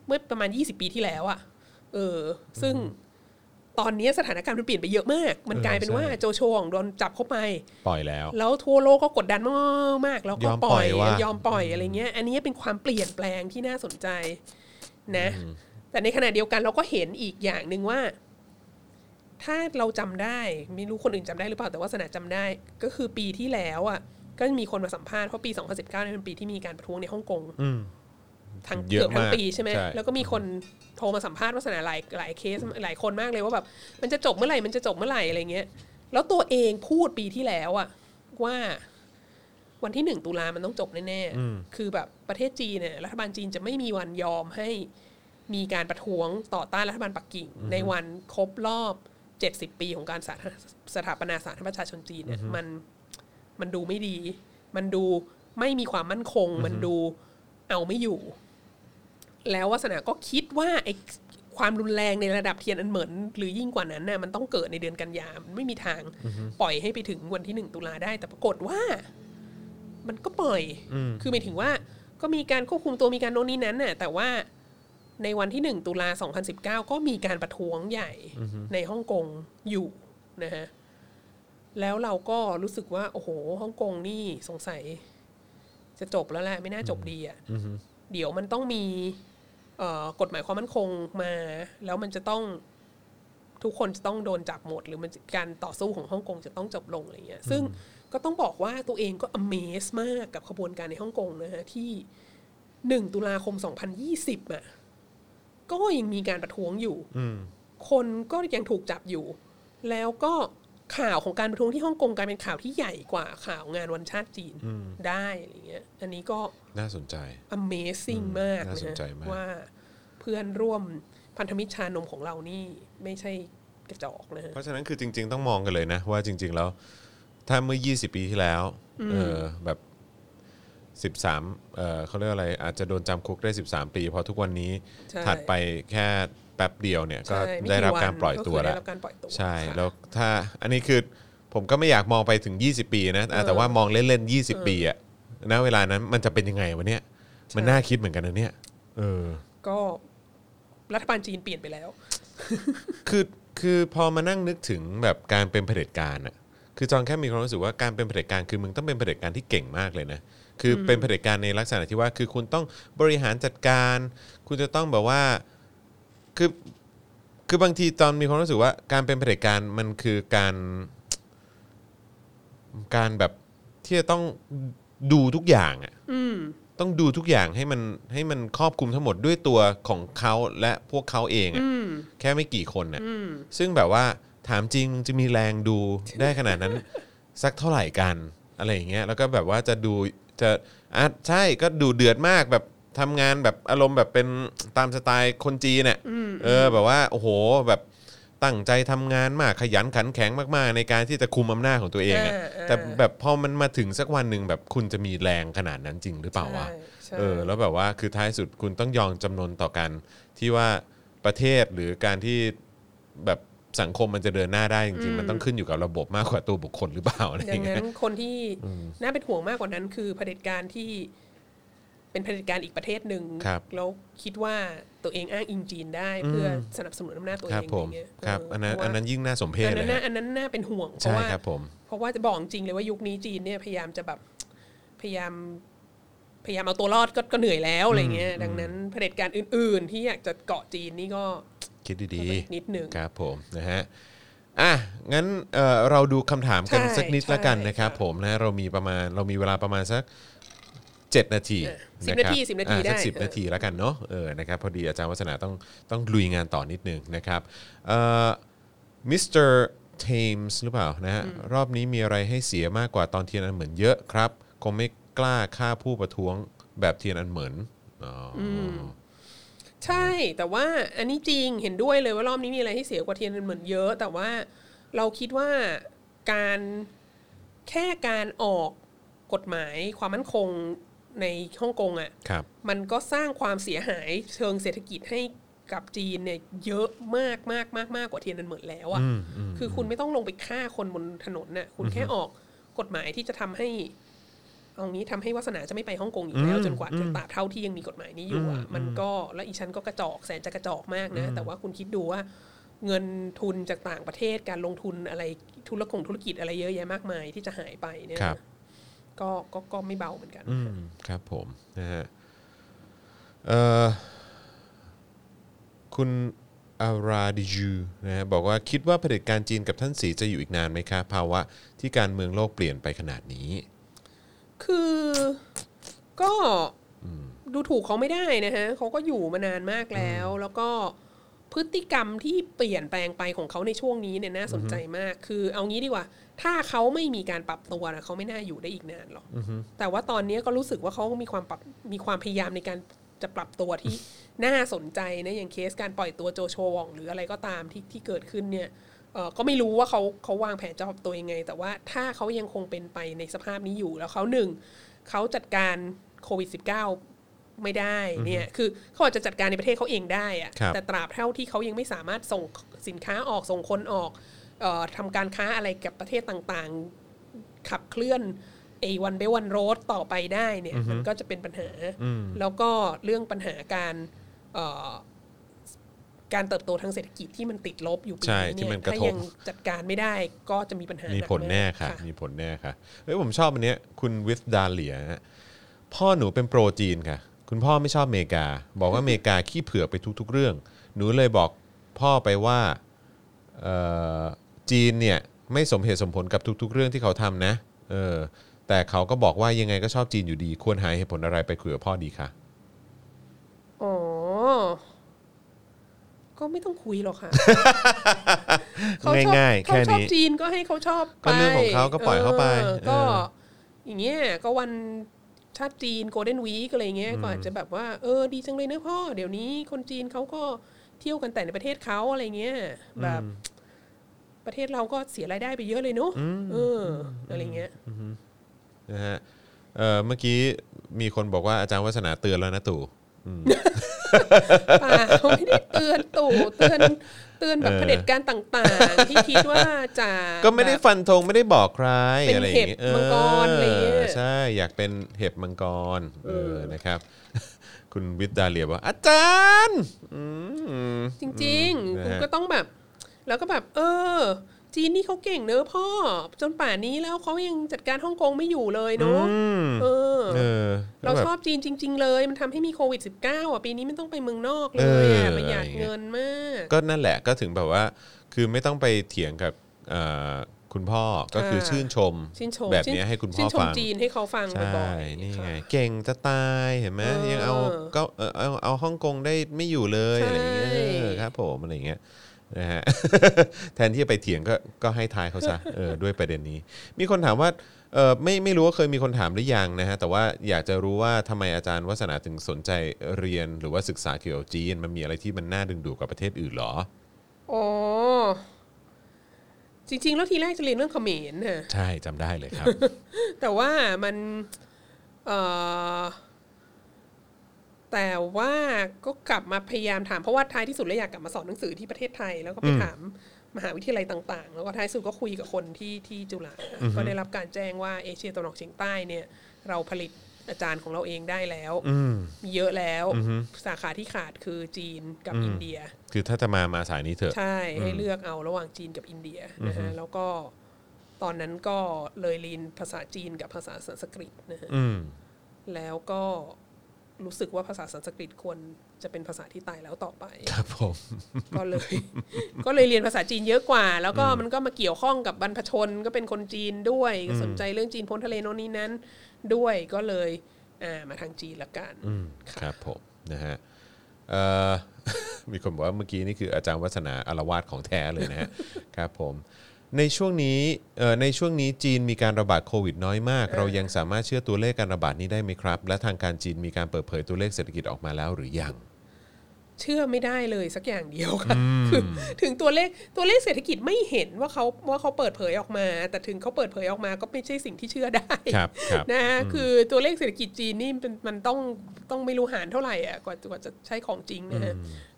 S2: เมื่อประมาณยี่สิบปีที่แล้วอะเออ ซึ่งตอนนี้สถานการณ์มันเปลี่ยนไปเยอะมาก มันกลายเป็นว่าโจโชของโดนจับเข้าไป
S1: ปล่อยแล้ว
S2: แล้วทั่วโลกก็กดดันมากมากๆแล้วก็
S1: ยอม
S2: ป
S1: ปล่
S2: ล่อ
S1: อย ยว่า
S2: ยอมปล่อยอะไรเงี้ย อันนี้เป็นความเปลี่ยนแปลงที่น่าสนใจนะ แต่ในขณะเดียวกันเราก็เห็นอีกอย่างหนึ่งว่า ถ้าเราจำได้ไม่รู้คนอื่นจำได้หรือเปล่าแต่ว่าสนาจำได้ ก็คือปีที่แล้วอ่ะ ก็มีคนมาสัมภาษณ์เพราะปี 2019เนี่ยเป็นปีที่มีการประท้วงในฮ่องกง
S1: อืม
S2: ทั้ง
S1: เย
S2: เกื
S1: อะ
S2: อบทั้ง
S1: มาก
S2: ปีใช่ไหม
S1: ใช่
S2: แล้วก็มีคนโทรมาสัมภาษณ์วาสนาหลายหลายเคสหลายคนมากเลยว่าแบบมันจะจบเมื่อไหร่มันจะจบเมื่อไหร่อะไรเงี้ย แล้วตัวเองพูดปีที่แล้วอ่ะว่า วันที่หนึ่งตุลามันต้องจบแน่ๆ คือแบบประเทศจีนเนี่ยรัฐบาลจีนจะไม่มีวันยอมให้มีการประท้วงต่อต้านรัฐบาลปักกิ่ง ในวันครบรอบ 70 ปีของการสาธาสถาปนาสาธารณรัฐประชาชนจีนเนี่ยมันมันดูไม่ดี มันดูไม่มีความมั่นคง มันดูเอาไม่อยู่ แล้ววาสนาก็คิดว่าไอ้ความรุนแรงในระดับเทียนอันเหมือน หรือยิ่งกว่านั้นน่ะมันต้องเกิดในเดือนกันยามันไม่มีทาง ปล่อยให้ไปถึงวันที่หนึ่งตุลาได้ แต่ปรากฏว่า มันก็ปล่อย คือหมายถึงว่าก็มีการควบคุมตัวมีการโน่นนี่นั้นน่ะ แต่ว่าในวันที่หนึ่งตุลา 2019 ก็มีการประท้วงใหญ่ในฮ่องกงอยู่นะฮะ แล้วเราก็รู้สึกว่า โอ้โหฮ่องกงนี่สงสัย จะจบแล้วแหละ ไม่น่าจบดีอ่ะ เดี๋ยวมันต้องมีเอ่อกฎหมายความมั่นคงมา แล้วมันจะต้องทุกคนจะต้องโดนจับหมด หรือมันจะการต่อสู้ของฮ่องกงจะต้องจบลงอะไรเงี้ย ซึ่งก็ต้องบอกว่าตัวเองก็ amaze มากกับขบวนการในฮ่องกงนะฮะที่หนึ่งตุลาคม 2020 อ่ะ ก็ยังมีการประท้วงอยู่
S1: อืม
S2: คนก็ยังถูกจับอยู่ แล้วก็ข่าวของการประท้วงที่ฮ่องกงกลายเป็นข่าวที่ใหญ่กว่าข่าวงานวันชาติจีน
S1: อืม
S2: ได้อะไรเงี้ย อันนี้ก็
S1: น่าสนใจ
S2: Amazing
S1: อืม
S2: มาก
S1: น่าสนใจมาก
S2: ว่าเพื่อนร่วมพันธมิตรชานมของเรานี่ไม่ใช่กระจอกนะฮะ
S1: เพราะฉะนั้นคือจริง ๆ ต้องมองกันเลยนะ ว่าจริง ๆ แล้ว ถ้าเมื่อ 20 ปีที่แล้วเออแบบ 13เออเขาเรียกอะไร อาจจะโดนจำคุกได้ 13 ปีเพราะทุกวันนี้
S2: ใช่
S1: ถัดไปแค่แป๊บเดียวเนี่ย ก็
S2: ใช่ม่
S1: ได้รับ
S2: วัน
S1: การปล่อยตัว
S2: ก็คือ
S1: แล้
S2: ได้
S1: ว
S2: รับการปล่อยตัว
S1: ใช่
S2: ค่ะ
S1: แล้วถ้าอันนี้คือผมก็ไม่อยากมองไปถึง 20 ปีนะอ่ะ
S2: เออ
S1: แต่ว่ามองเล่นๆ20 ปีอะณเวลานั้นมันจะเป็นยังไงวะเนี่ยมัน
S2: ใช่
S1: น่าคิดเหมือนกันนะเนี่ยเออ
S2: ก็รัฐบาลจีนเปลี่ยนไปแล้ว
S1: คือคือพอมานั่งนึกถึงแบบการเป็นเผด็จการอะคือจองแค่มีความรู้สึกว่าการเป็นเผด็จการคือมึงต้องเป็นเผด็จการที่เก่งมากเลยนะคือเป็นเผด็จการในลักษณะที่ว่าคือคุณต้องบริหารจัดการ คุณจะต้องแบบว่าคือคือบางทีตอนมีความรู้สึกว่าการเป็นเผด็จการมันคือการการแบบที่จะต้องดูทุกอย่างอะ
S2: อืม
S1: ต้องดูทุกอย่างให้มันให้มันครอบคลุมทั้งหมดด้วยตัวของเขาและพวกเขาเองอะ
S2: อืม
S1: แค่ไม่กี่คนน่ะ
S2: อืม
S1: ซึ่งแบบว่าถามจริงมึงจะมีแรงดูได้ขนาดนั้น สักเท่าไหร่กันอะไรอย่างเงี้ยแล้วก็แบบว่าจะดูจะอ่ะใช่ก็ดูเดือดมากแบบทำงานแบบอารมณ์แบบเป็นตามสไตล์คนจีนเนี่ยเออแบบว่าโอ้โหแบบตั้งใจทำงานมากขยันขันแข็งมากๆ ในการที่จะคุมอำนาจของตัวเองอะ
S2: อ่าอ่า
S1: แต่แบบพอมันมาถึงสักวันหนึ่งแบบคุณจะมีแรงขนาดนั้นจริงหรือเปล่าวะ
S2: ใช่
S1: เออแล้วแบบว่าคือท้ายสุดคุณต้องยอมจำนนต่อกันที่ว่าประเทศหรือการที่แบบสังคมมันจะเดินหน้าได้จริงๆมันต้องขึ้นอยู่กับระบบมากกว่าตัวบุคคลหรือเปล่าอะไรอ
S2: ดั
S1: ย่าง งเงี้
S2: นั้
S1: ย
S2: นคนที่น่าเป็นห่วงมากกว่านั้น คือเผด็จการที่เป็นเผด็จการอีกประเทศหนึ่ง
S1: ครับ
S2: แล้วคิดว่าตัวเองอ้างอิงจีนได้ เพื่ออ
S1: ม
S2: สนับสนุนอำนาจตัว
S1: ค
S2: เอ
S1: รับ
S2: ง
S1: ผ
S2: อ
S1: ม
S2: ย่างเงี้ย
S1: ครับ
S2: เ
S1: อันนั้น
S2: เพราะว่า
S1: อันนั้นยิ่งน่าสมเพช
S2: อัน
S1: เลย
S2: นั้นน่า
S1: ฮะ
S2: อันนั้นน่าเป็นห่วงเพ
S1: ใช่
S2: ราะว่า
S1: ครับผม
S2: เพราะว่าจะบอกจริงเลยว่ายุคนี้จีนเนี่ยพยายามจะแบบ พยายามพยายามเอาตัวรอดก็ก็เหนื่อยแล้วอะไรเงี้ยดังนั้นเผด็จการอื่น ๆ ที่อยากจะเกาะจีนนี่ก็
S1: คิดดี
S2: ต้องไปอีก
S1: ๆ
S2: นิดหนึ่ง
S1: ครับผมนะฮะอ่ะงั้นเอ่อเราดูคำถามกัน
S2: ใช่
S1: สักนิด
S2: ใช่
S1: ละกันนะครับ
S2: ค่ะ
S1: ผมนะเรามีประมาณเรามีเวลาประมาณสัก 7 นาที
S2: สิบ
S1: ะครับ
S2: นาทีสิบนาที
S1: อ่ะสัก
S2: ได้
S1: สิบ
S2: เออ
S1: นาทีละกันเนาะเออนะครับพอดีอาจารย์วัฒนาต้องต้องลุยงานต่อนิดนึงนะครับมิสเตอร์เทมส์หรือเปล่านะฮะรอบนี้มีอะไรให้เสียมากกว่าตอนเทียนอันเหมือนเยอะครับ คงไม่กล้าฆ่าผู้ประท้วงแบบเทียนอันเหมือนอ๋ออ
S2: ใช่แต่ว่าอันนี้จริงเห็นด้วยเลยว่ารอบนี้มีอะไรให้เสียกว่าเทียนอันเหมือนเยอะ แต่ว่าเราคิดว่าการแค่การออกกฎหมายความมั่นคงในฮ่องกงอ่ะ
S1: ครับ
S2: มันก็สร้างความเสียหายเชิงเศรษฐกิจให้กับจีนเนี่ยเยอะมากมากมากมากกว่าเทียนอันเหมือนแล้วอะ่ะคือคุณไม่ต้องลงไปฆ่าคนบนถนนน่ะคุณแค่ออกกฎหมายที่จะทำให้ เอางี้ทำให้วาสนาจะไม่ไปฮ่องกงอยู่แล้ว จนกว่าจะตราบเท่าที่ยังมีกฎหมายนี้อยู่อ่ะมันก็และอีฉันก็กระจอกแสนจะกระจอกมากนะ แต่ว่าคุณคิดดูว่า เงินทุนจากต่างประเทศการลงทุนอะไรธุรกงธุรกิจอะไรเยอะแยะมากมายที่จะหายไปเนี่ย
S1: ครับ
S2: ก็ก็ก็ไม่เบาเหมือนกัน
S1: อืมครับผมนะฮะเอ่อคุณอาราดิจูนะฮะบอกว่าคิดว่าเผด็จการจีนกับท่านสีจะอยู่อีกนานไหมคะภาวะที่การเมืองโลกเปลี่ยนไปขนาดนี้
S2: คือก็ดูถูกเขาไม่ได้นะฮะเขาก็อยู่มานานมากแล้ว แล้วก็พฤติกรรมที่เปลี่ยนแปลงไปของเขาในช่วงนี้เนี่ยน่าสนใจมาก คือเอางี้ดีกว่า ถ้าเขาไม่มีการปรับตัวนะเขาไม่น่าอยู่ได้อีกนานหรอกแต่ว่าตอนนี้ก็รู้สึกว่าเขามีความปรับมีความพยายามในการจะปรับตัวที่ [laughs] น่าสนใจนะอย่างเคสการปล่อยตัวโจโชวองหรืออะไรก็ตามที่ที่เกิดขึ้นเนี่ย เอ่อก็ไม่รู้ว่าเขาเขาวางแผนจะปรับตัวยังไง แต่ว่าถ้าเขายังคงเป็นไปในสภาพนี้อยู่แล้วเขาหนึ่งเขาจัดการโควิด -19 ไม่ได้เนี่ยคือเขาอาจจะจัดการในประเทศเขาเองได้อะ
S1: ครับ
S2: แต่ตราบเท่าที่เขายังไม่สามารถส่งสินค้าออกส่งคนออกเออทำการค้าอะไรกับประเทศต่างๆ ขับเคลื่อนไอ้วันเบวันโรดต่อไปได้เนี่ยมันก็จะเป็นปัญหา แล้วก็เรื่องปัญหาการเอ่อการเติบโตทางเศรษฐกิจที่มันติดลบอยู่ปี
S1: ใช่
S2: นี้
S1: ที่
S2: เนี่ย
S1: มันกระ
S2: ถ้า
S1: ทบ
S2: ยังจัดการไม่ได้ก็จะมีปัญหา
S1: มี
S2: มี
S1: ผลแน่ค่ะ มีผลแน่ค่ะเฮ้ยผมชอบอันเนี้ยคุณวิสดาเลียฮะพ่อหนูเป็นโปรจีนค่ะ คุณพ่อไม่ชอบอเมริกา บอก
S2: [laughs]
S1: ว่าอเมริกาขี้เผือกไปทุก ๆ เรื่อง หนูเลยบอกพ่อไปว่าเอ่อจีนเนี่ยไม่สมเหตุสมผลกับทุก ๆ เรื่องที่เขาทำนะเออแต่เขาก็บอกว่ายังไงก็ชอบจีนอยู่ดี ควรหาเหตุผลอะไรไปคุยกับพ่อดีค่ะ
S2: อ๋อ ก็ไม่ต้องคุยหรอกค่ะ เขาชอบ
S1: ง่ายๆแค่
S2: เขาชอบ
S1: นี้
S2: จีนก็ให้เขาชอบไป
S1: ก็เรื่องของเขาก็ปล่อยเขาไป
S2: ออ
S1: เออ
S2: ก็ อย่างเงี้ยก็วันชาติจีนโกลเด้นวีกอะไรเงี้ยก็อาจจะแบบว่าเออดีจังเลยนะพ่อ เดี๋ยวนี้คนจีนเขาก็เที่ยวกันแต่ในประเทศเขาอะไรเงี้ยแบบประเทศเราก็เสียรายได้ไปเยอะเลยเนอะเอออะไรเงี้ย
S1: นะฮะเออเมื่อกี้มีคนบอกว่าอาจารย์วัฒนาเตือนแล้วนะตู่
S2: เปล่าไม่ได้เตือนตู่เตือนเตือนแบบ
S1: เออ
S2: เผด็จการต่างๆ ที่คิดว่าจะ
S1: ก็ไม่ได้
S2: แบบ
S1: ฟันธงไม่ได้บอกใคร
S2: เป็น
S1: อะไรอย่างเงี้ย
S2: เห็บมังกรอะไรอย่างเงี้ย
S1: เออใช่อยากเป็นเห็บมังกรเออนะครับ [laughs] คุณวิทย์ดาเลียบอกว่าอาจารย์อืม
S2: จริง
S1: นะฮะ
S2: ๆคุณก็ต้องแบบ แล้วก็แบบ เออ จีนนี่เขาเก่งเนอะพ่อ จนป่านนี้แล้วเขายังจัดการฮ่องกงไม่อยู่เลยเนอะ
S1: อืม
S2: เออ
S1: เออ
S2: เรา
S1: แบบ
S2: ชอบจีนจริง ๆ เลย มันทำให้มีโควิด -19 อ่ะปีนี้ไม่ต้องไปเมืองนอกเลย
S1: เอ
S2: อะ
S1: อ
S2: ประหยัดเงินมาก
S1: ก็นั่นแหละก็ถึงแบบว่า คือไม่ต้องไปเถียงกับเอ่อคุณพ่อก็คือชื่นชม
S2: ชินชม
S1: แบบเนี้ยให้คุณพ่
S2: ชื่
S1: อน
S2: ชม
S1: ฟัง
S2: จีนให้เขาฟัง
S1: ใช่
S2: บ่อยๆ
S1: นี่ไง
S2: ค่ะ
S1: เก่งจะตายเห็นไหม
S2: เออ
S1: ยังเอาเก็เออเอาเอาฮ่องกงได้ไม่อยู่เลย
S2: ใช่
S1: อะไรอย่างเงี้ยเออครับผมอะไรอย่างเงี้ยนะฮะ [laughs] แทนที่จะไปเถียงก็ก็ให้ทายเขา
S2: [laughs]
S1: ซะเออด้วยประเด็นนี้ มีคนถามว่าเออไม่ไม่รู้ว่าเคยมีคนถามหรือยังนะฮะ แต่ว่าอยากจะรู้ว่าทำไมอาจารย์วัฒนาถึงสนใจเรียนหรือว่าศึกษาเกี่ยวกับจีน มันมีอะไรที่มันน่าดึงดูดกว่าประเทศอื่นเหรอ
S2: อ๋อ จริง ๆ แล้วทีแรกจะเรียนเรื่องเขมรน่ะ
S1: ใช่จำได้เลยครับ
S2: แต่ว่ามันเอ่อแต่ว่าก็กลับมาพยายามถามเพราะว่าท้ายที่สุดแล้วอยากกลับมาสอนหนังสือที่ประเทศไทย แล้วก็ไปถามมหาวิทยาลัยต่าง ๆ แล้วก็ท้ายสุดก็คุยกับคนที่ที่จุฬาก็ได้รับการแจ้งว่าเอเชียตะวันออกเฉียงใต้เนี่ย เราผลิตอาจารย์ของเราเองได้แล้วมีเยอะแล้ว สาขาที่ขาดคือจีนกับอินเดีย
S1: คือถ้าจะมามาสายนี้เถอะ
S2: ใช่ให้เลือกเอาระหว่างจีนกับอินเดียนะฮะแล้วก็ ตอนนั้นก็เลยเรียนภาษาจีนกับภาษาสันสกฤตนะฮะ
S1: อืม
S2: แล้วก็รู้สึกว่าภาษาสันสกฤตควรจะเป็นภาษาที่ตายแล้วต่อไป
S1: ครับผม
S2: ก็เลย [laughs] ก็เลยเรียนภาษาจีนเยอะกว่า แล้วก็มันก็มาเกี่ยวข้องกับบรรพชนก็เป็นคนจีนด้วยก็สนใจเรื่องจีนพ้นทะเลโน่นนี้นั้น ด้วยก็เลยอ่ามาทางจีนละกัน
S1: อืมครับผมนะฮะเอ่อ [laughs] มีคนบอกว่าเมื่อกี้นี่คืออาจารย์วัฒนาอารวาสของแท้เลยนะ [laughs] ฮะ ครับผมในช่วงนี้เอ่อในช่วงนี้จีนมีการระบาดโควิดน้อยมาก เรายังสามารถเชื่อตัวเลขการระบาดนี้ได้ไหมครับ และทางการจีนมีการเปิดเผยตัวเลขเศรษฐกิจออกมาแล้วหรือยัง
S2: เชื่อไม่ได้เลยสักอย่างเดียวค่ะคือถึงตัวเลขตัวเลขเศรษฐกิจไม่เห็นว่าเขาว่าเขาเปิดเผยออกมา แต่ถึงเขาเปิดเผยออกมาก็ไม่ใช่สิ่งที่เชื่อได้
S1: ครับครับ
S2: นะคือตัวเลขเศรษฐกิจจีนนี่มันมันต้องต้องไม่รู้หารเท่าไหร่อ่ะกว่ากว่าจะใช้ของจริงนะฮะ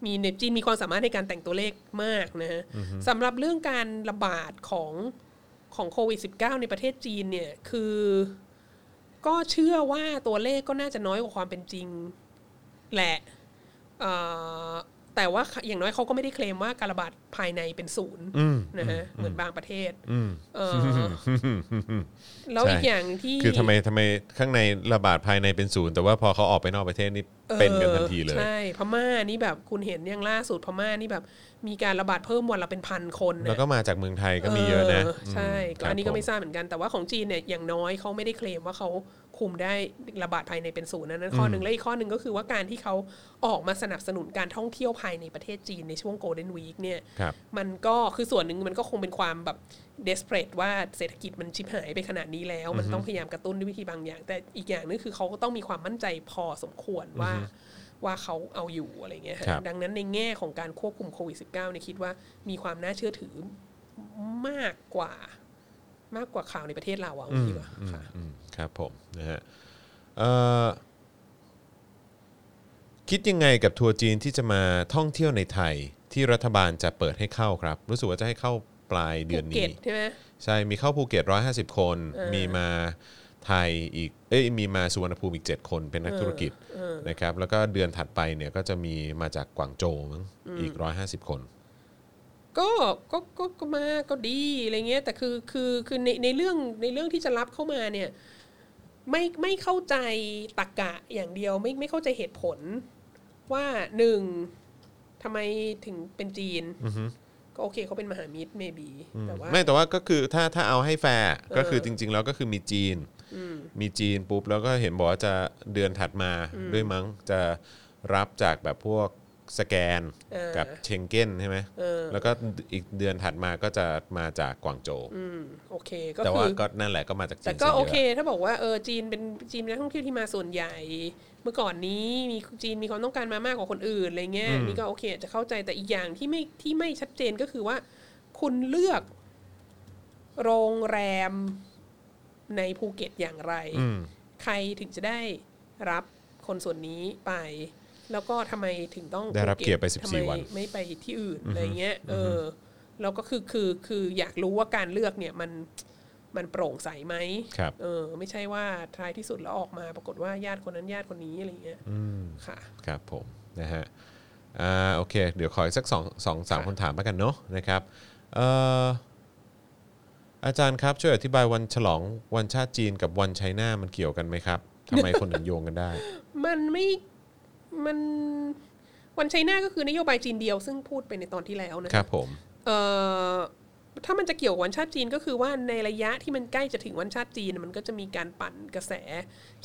S2: มีในจีนมีความสามารถในการแต่งตัวเลขมากนะฮะสำหรับเรื่องการระบาดของของโควิด -19 ในประเทศจีนเนี่ยคือ ก็เชื่อว่าตัวเลขก็น่าจะน้อยกว่าความเป็นจริงแหละ เอ่อแต่ว่าอย่างน้อยเขาก็ไม่ได้เคลมว่าการระบาดภายในเป็นศูนย์
S1: อืม
S2: นะฮะเหมือนบางประเทศ
S1: อื
S2: [laughs]
S1: ม
S2: เออแล้ว
S1: ใช่
S2: อีกอย่างที่
S1: คือทำไมทำไมข้างในระบาดภายในเป็นศูนย์แต่ว่าพอเขาออกไปนอกประเทศนี่
S2: ออ
S1: เป็นกันทันทีเลย
S2: ใช่พม่านี่แบบคุณเห็นอย่างล่าสุดพม่านี่แบบ มีการระบาดเพิ่มวันละเป็นพันคนนะ
S1: แล้วก็มาจากเมืองไทยก็มีเยอะนะ
S2: เออใช่
S1: ม
S2: ก็อันนี้
S1: ค
S2: ก็
S1: บผ
S2: ไม่ทราบเหมือนกันแต่ว่าของจีนเนี่ยอย่างน้อยเขาไม่ได้เคลมว่าเขาคุมได้ระบาดภายในเป็นศูนย์นะนั่นข้อหนึ่งและอีกข้อหนึ่งก็คือว่าการที่เขาออกมาสนับสนุนการท่องเที่ยวภายในประเทศจีนในช่วงโกลเด้นวีคเนี่ย
S1: ครับ
S2: มันก็คือส่วนหนึ่งมันก็คงเป็นความแบบ desperate ว่าเศรษฐกิจมันชิบหายไปขนาดนี้แล้ว มันต้องพยายามกระตุ้นด้วยวิธีบางอย่าง แต่อีกอย่างนึงคือเขาก็ต้องมีความมั่นใจพอสมควรว่าว่าเขาเอาอยู่อะไรเงี้ยฮะ
S1: ครับ
S2: ดังนั้นในแง่ของการควบคุมโควิด -19 เนี่ยคิดว่ามีความน่าเชื่อถือมากกว่า มากกว่าข่าวในประเทศเราอะดีกว่าค่ะ
S1: อืมครับผมนะฮะเอ่อคิดยังไงกับทัวร์จีนที่จะมาท่องเที่ยวในไทยที่รัฐบาลจะเปิดให้เข้าครับ รู้สึกว่าจะให้เข้าปลายเดื
S2: ภู
S1: อน
S2: เก็
S1: นี้
S2: ตใช่ไหม
S1: ใช่มีเข้าภูเก็ต150 คน
S2: เออ
S1: มีมาไทยอีกเอ้ยมีมาสุวรรณภูมิอีก 7 คนเป็นนักธุรกิจ
S2: เออ
S1: นะครับ แล้วก็เดือนถัดไปเนี่ยก็จะมีมาจากกวางโจวมั้งอีก 150 คน
S2: ก็ก็ก็ก็มาก็ดีอะไรเงี้ยแต่คือคือคือในในเรื่องในเรื่องที่จะรับเข้ามาเนี่ยไม่ไม่เข้าใจตรกกะอย่างเดียวไม่ไม่เข้าใจเหตุผล ว่าหนึ่งทำไมถึงเป็นจีน ก็โอเคเขาเป็นมหามิตรเมบีแต่ว่า
S1: ไม่แต่ว่าก็คือถ้าถ้าเอาให้แฟร์
S2: เออ
S1: ก็คือจริง ๆ แล้วก็คือมีจีน
S2: อืม
S1: มีจีนปุ๊บแล้วก็เห็นบอกว่าจะเดือนถัดมาด้วยมั้งจะรับจากแบบพวกสแกน
S2: เออ
S1: กับเชงเก้นใช่ไหม
S2: เออ
S1: แล้วก็อีกเดือนถัดมาก็จะมาจากกวางโจว
S2: อืมโอเคก็
S1: แต่
S2: คื
S1: ว่า
S2: อ
S1: ก็นั่นแหละก็มาจากจีน
S2: แต่ก็
S1: ซะยะ
S2: โอเค ถ้าบอกว่าเออจีนเป็นจีนเป็นนักท่องเที่ยวที่มาส่วนใหญ่ เมื่อก่อนนี้มีจีนมีความต้องการมามากกว่าคนอื่นอะไรเงี้ยนี่ก็โอเคจะเข้าใจแต่อีกอย่างที่ไม่ที่ไม่ชัดเจนก็คือว่า คุณเลือกโรงแรมในภูเก็ตอย่างไร
S1: อืม
S2: ใครถึงจะได้รับคนส่วนนี้ไป แล้วก็ทำไมถึงต้อง
S1: ได้รับเกียรติไป
S2: ภูทำม
S1: 14 วัน
S2: ไม่ไปที่อื่นอะไรเงี้ยเอออแล้วก็คือคือคืออยากรู้ว่าการเลือกเนี่ยมันมันโปร่งใสไหม
S1: ครับ
S2: เออไม่ใช่ว่าท้ายที่สุดแล้วออกมาปรากฏว่าญาติคนนั้นญาติคนนี้อะไรอย่างเงี้ย
S1: อืม
S2: ค่ะ
S1: ครับผมนะฮะอ่าโอเค เดี๋ยวขออีกสักสองสองสาม
S2: ค่ะ
S1: คำถามแล้วกันเนาะนะครับเอ่ออาจารย์ครับช่วยอธิบายวันฉลองวันชาติจีนกับวันไชน่ามันเกี่ยวกันไหมครับทำไมคนถึงโยงกันได้
S2: มันไม่มันวันไชน่าก็คือนโยบายจีนเดียวซึ่งพูดไปในตอนที่แล้วนะครับ
S1: ผม
S2: เออถ้ามันจะเกี่ยวกับวันชาติจีนก็คือว่าในระยะที่มันใกล้จะถึงวันชาติจีน มันก็จะมีการปั่นกระแส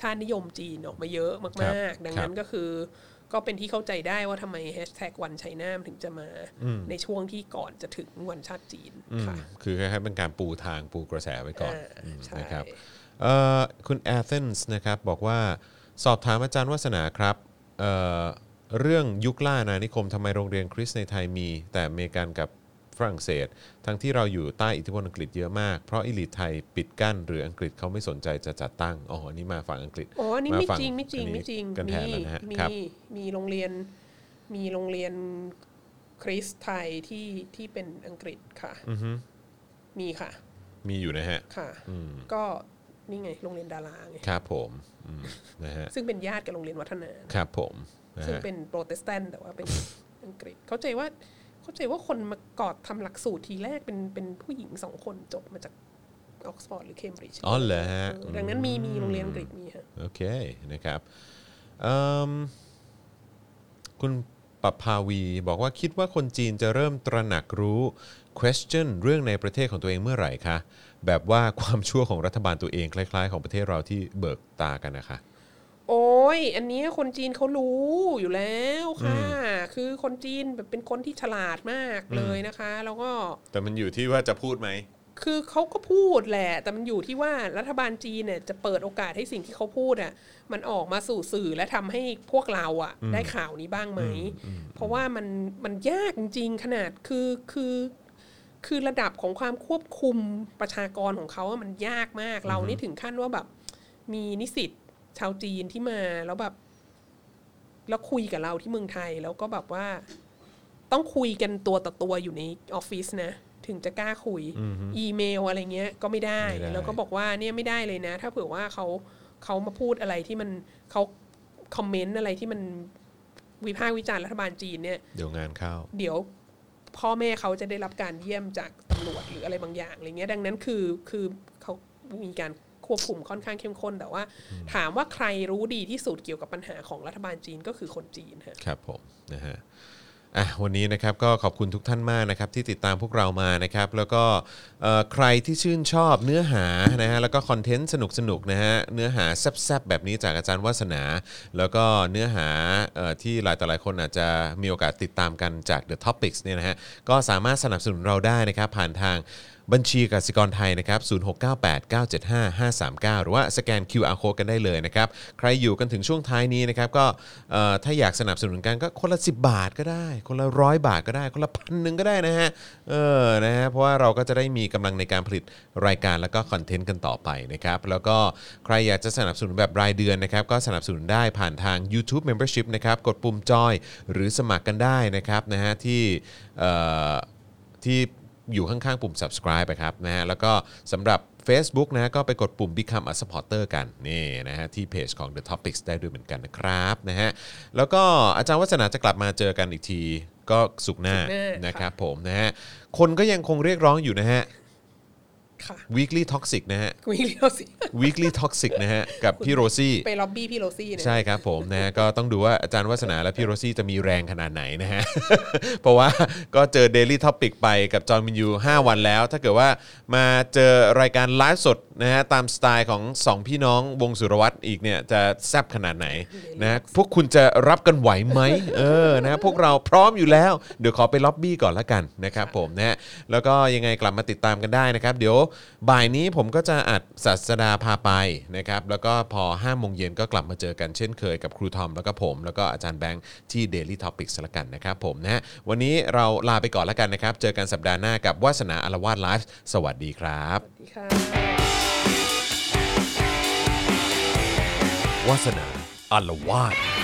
S2: ชาตินิยมจีนออกมาเยอะมาก
S1: ครับ
S2: ๆ ดังนั้นก็คือ ก็เป็นที่เข้าใจได้ว่าทำไมแฮชแท็กวันไชน่ามันถึงจะมา
S1: อืม
S2: ในช่วงที่ก่อนจะถึงวันชาติจีน
S1: อืม
S2: ค่ะ
S1: คือคล้ายๆเป็นการปูทางปูกระแสไว้ก่อน
S2: อ่า
S1: อืม
S2: ใช่
S1: นะครับเอ่อคุณแอเ e นส์นะครับบอกว่าสอบถามอาจารย์วัฒนาครับเอ่อเรื่องยุคล่าอาณานิคมทำไมโรงเรียนคริสต์ในไทยมี แต่อเมริกันกับฝรั่งเศส ทั้งที่เราอยู่ใต้อิทธิพลอังกฤษเยอะมาก เพราะอิลิทไทยปิดกั้น หรืออังกฤษเขาไม่สนใจจะจัดตั้งอ๋ออันนี้มาฝั่งอังกฤษ
S2: อ๋ออันนี้
S1: มา
S2: ไม่
S1: ฟัง
S2: จริงไม่จริง
S1: อันนี้
S2: ไม่จริง
S1: กันแทน
S2: มี
S1: แล้วนะฮะ
S2: มี
S1: ครับ
S2: มีโรงเรียนมีโรงเรียนคริสต์ไทยที่ที่เป็นอังกฤษค่ะ
S1: อือฮึ
S2: มีค่ะ
S1: มีอยู่นะฮะ
S2: ค่ะ
S1: อืม
S2: ก็นี่ไงโรงเรียนดาราไง
S1: ครับผมอืมนะฮะ
S2: ซึ่งเป็นญาติกับโรงเรียนวัฒนา
S1: ครับผมนะ
S2: ซึ่ง
S1: ฮะ
S2: เป็นโปรเตสแตนต์แต่ว่าเป็นอังกฤษ เข้าใจว่าเข้าใจว่าคนมากอดทำหลักสูตรทีแรกเป็นเป็นผู้หญิงสองคนจบมาจาก ออกซฟอร์ดหรือเคมบริดจ์
S1: อ๋อเหรอฮะ
S2: ดังนั้นมีมีโรงเรียนอังกฤษมีฮะ
S1: โอเคนะครับเอิ่มคุณปภาวีบอกว่าคิดว่าคนจีนจะเริ่มตระหนักรู้ question เรื่องในประเทศของตัวเองเมื่อไหร่คะ แบบว่าความชั่วของรัฐบาลตัวเองคล้าย ๆ ของประเทศเราที่เบิกตากันนะคะ
S2: โอ้ยอันเนี้ยคนจีนเขารู้อยู่แล้วค่ะ คือคนจีนแบบเป็นคนที่ฉลาดมากเลยนะคะ แล้วก็
S1: แต่มันอยู่ที่ว่าจะพูดไหม
S2: คือเขาก็พูดแหละ แต่มันอยู่ที่ว่ารัฐบาลจีนเนี่ยจะเปิดโอกาสให้สิ่งที่เขาพูดอ่ะมันออกมาสู่สื่อและทำให้พวกเราอ่ะได้ข่าวนี้บ้างไหม เพราะว่ามันมันยากจริงๆขนาดคือคือคือระดับของความควบคุมประชากรของเขาอะมันยากมากเรานี่ถึงขั้นว่าแบบ มีนิสิตชาวจีนที่มาแล้วแบบ แล้วคุยกับเราที่เมืองไทย แล้วก็แบบว่า ต้องคุยกันตัวต่อตัวอยู่ในออฟฟิศนะ ถึงจะกล้าคุย อีเมลอะไรเงี้ย ก็ไม่ได้
S1: ไม่ได้
S2: แล้วก็บอกว่าเนี่ยไม่ได้เลยนะ ถ้าเผื่อว่าเขาเขามาพูดอะไรที่มันเขาคอมเมนต์อะไรที่มันวิพากษ์วิจารณ์รัฐบาลจีนเนี่ย
S1: เดี๋ยวงานเข้า
S2: เดี๋ยวพ่อแม่เขาจะได้รับการเยี่ยมจากตำรวจหรืออะไรบางอย่างอะไรเงี้ยดังนั้นคือคือเขามีการควบคุมค่อนข้างเข้มข้น แต่ว่า ถามว่าใครรู้ดีที่สุดเกี่ยวกับปัญหาของรัฐบาลจีนก็คือคนจีนฮะ
S1: ครับผมนะฮะอ่ะวันนี้นะครับก็ขอบคุณทุกท่านมากนะครับที่ติดตามพวกเรามานะครับ แล้วก็เอ่อใครที่ชื่นชอบเนื้อหานะฮะแล้วก็คอนเทนต์สนุกๆนะฮะเนื้อหาแซ่บๆแบบนี้จากอาจารย์วัสนา แล้วก็เนื้อหาเอ่อที่หลายต่อหลายคนอาจจะมีโอกาสติดตามกันจาก The Topics เนี่ยนะฮะก็สามารถสนับสนุนเราได้นะครับผ่านทาง บัญชีกสิกรไทยนะครับ 0698975539 หรือว่าสแกน QR code กันได้เลยนะครับ ใครอยู่กันถึงช่วงท้ายนี้นะครับ ก็เอ่อถ้าอยากสนับสนุนกันก็คนละ 10 บาทก็ได้ คนละร้อยบาทก็ได้ คนละพันหนึ่งก็ได้นะฮะ เออ นะฮะ เพราะว่าเราก็จะได้มีกำลังในการผลิตรายการแล้วก็คอนเทนต์กันต่อไปนะครับ แล้วก็ใครอยากจะสนับสนุนแบบรายเดือนนะครับ ก็สนับสนุนได้ผ่านทาง YouTube Membership นะครับ กดปุ่มจอยหรือสมัครกันได้นะครับนะฮะที่เอ่อ ที่อยู่ข้างๆ ปุ่ม subscribe ไปครับนะฮะแล้วก็สำหรับ Facebook นะก็ไปกดปุ่ม Become a supporter กันนี่นะฮะที่เพจของ The Topics ได้ด้วยเหมือนกันนะครับนะฮะแล้วก็อาจารย์วัฒนาจะกลับมาเจอกันอีกที ก็สุกร์หน้า
S2: ศุกร์หน้าน
S1: นะครับผมนะฮะคนก็ยังคงเรียกร้องอยู่นะฮะ
S2: ค่ะ [laughs]
S1: weekly toxic นะฮะ
S2: คุยเรียวสิ
S1: weekly toxic นะฮะกับพี่โรซี่
S2: ไปล็อบบี้พี่โรซี่เนี่ย
S1: ใช่ครับผมนะฮะก็ต้องดูว่าอาจารย์วัฒนาและพี่โรซี่จะมีแรงขนาดไหนนะฮ [laughs] ะ เพราะว่าก็เจอ Daily Topic ไปกับจอห์นมินยู 5 วันแล้ว ถ้าเกิดว่ามาเจอรายการไลฟ์สดนะฮะตามสไตล์ของสองพี่น้องวงสุรวัตรอีกเนี่ยจะแซบขนาดไหนนะฮะพวกคุณจะรับกันไหวไหมเออนะฮะพวกเราพร้อมอยู่แล้ว เดี๋ยวขอไปล็อบบี้ก่อนละกันนะครับผมนะฮะแล้วก็ยังไงกลับมาติดตามกันได้นะครับ เดี๋ยวบ่ายนี้ผมก็จะอัดศาสดาพาไปนะครับแล้วก็พอ5้าโมงเย็นก็กลับมาเจอกันเช่นเคยกับครูทอมแล้วก็ผม แล้วก็อาจารย์แบงค์ที่ Daily Topics ละกันนะครับผมนะฮะวันนี้เราลาไปก่อนละกันนะครับ เจอกันสัปดาห์หน้ากับวาสนาอารวาสไลฟ์สวัสดีครับ
S2: สวัสดีค่ะ
S1: วาสนาอารวาส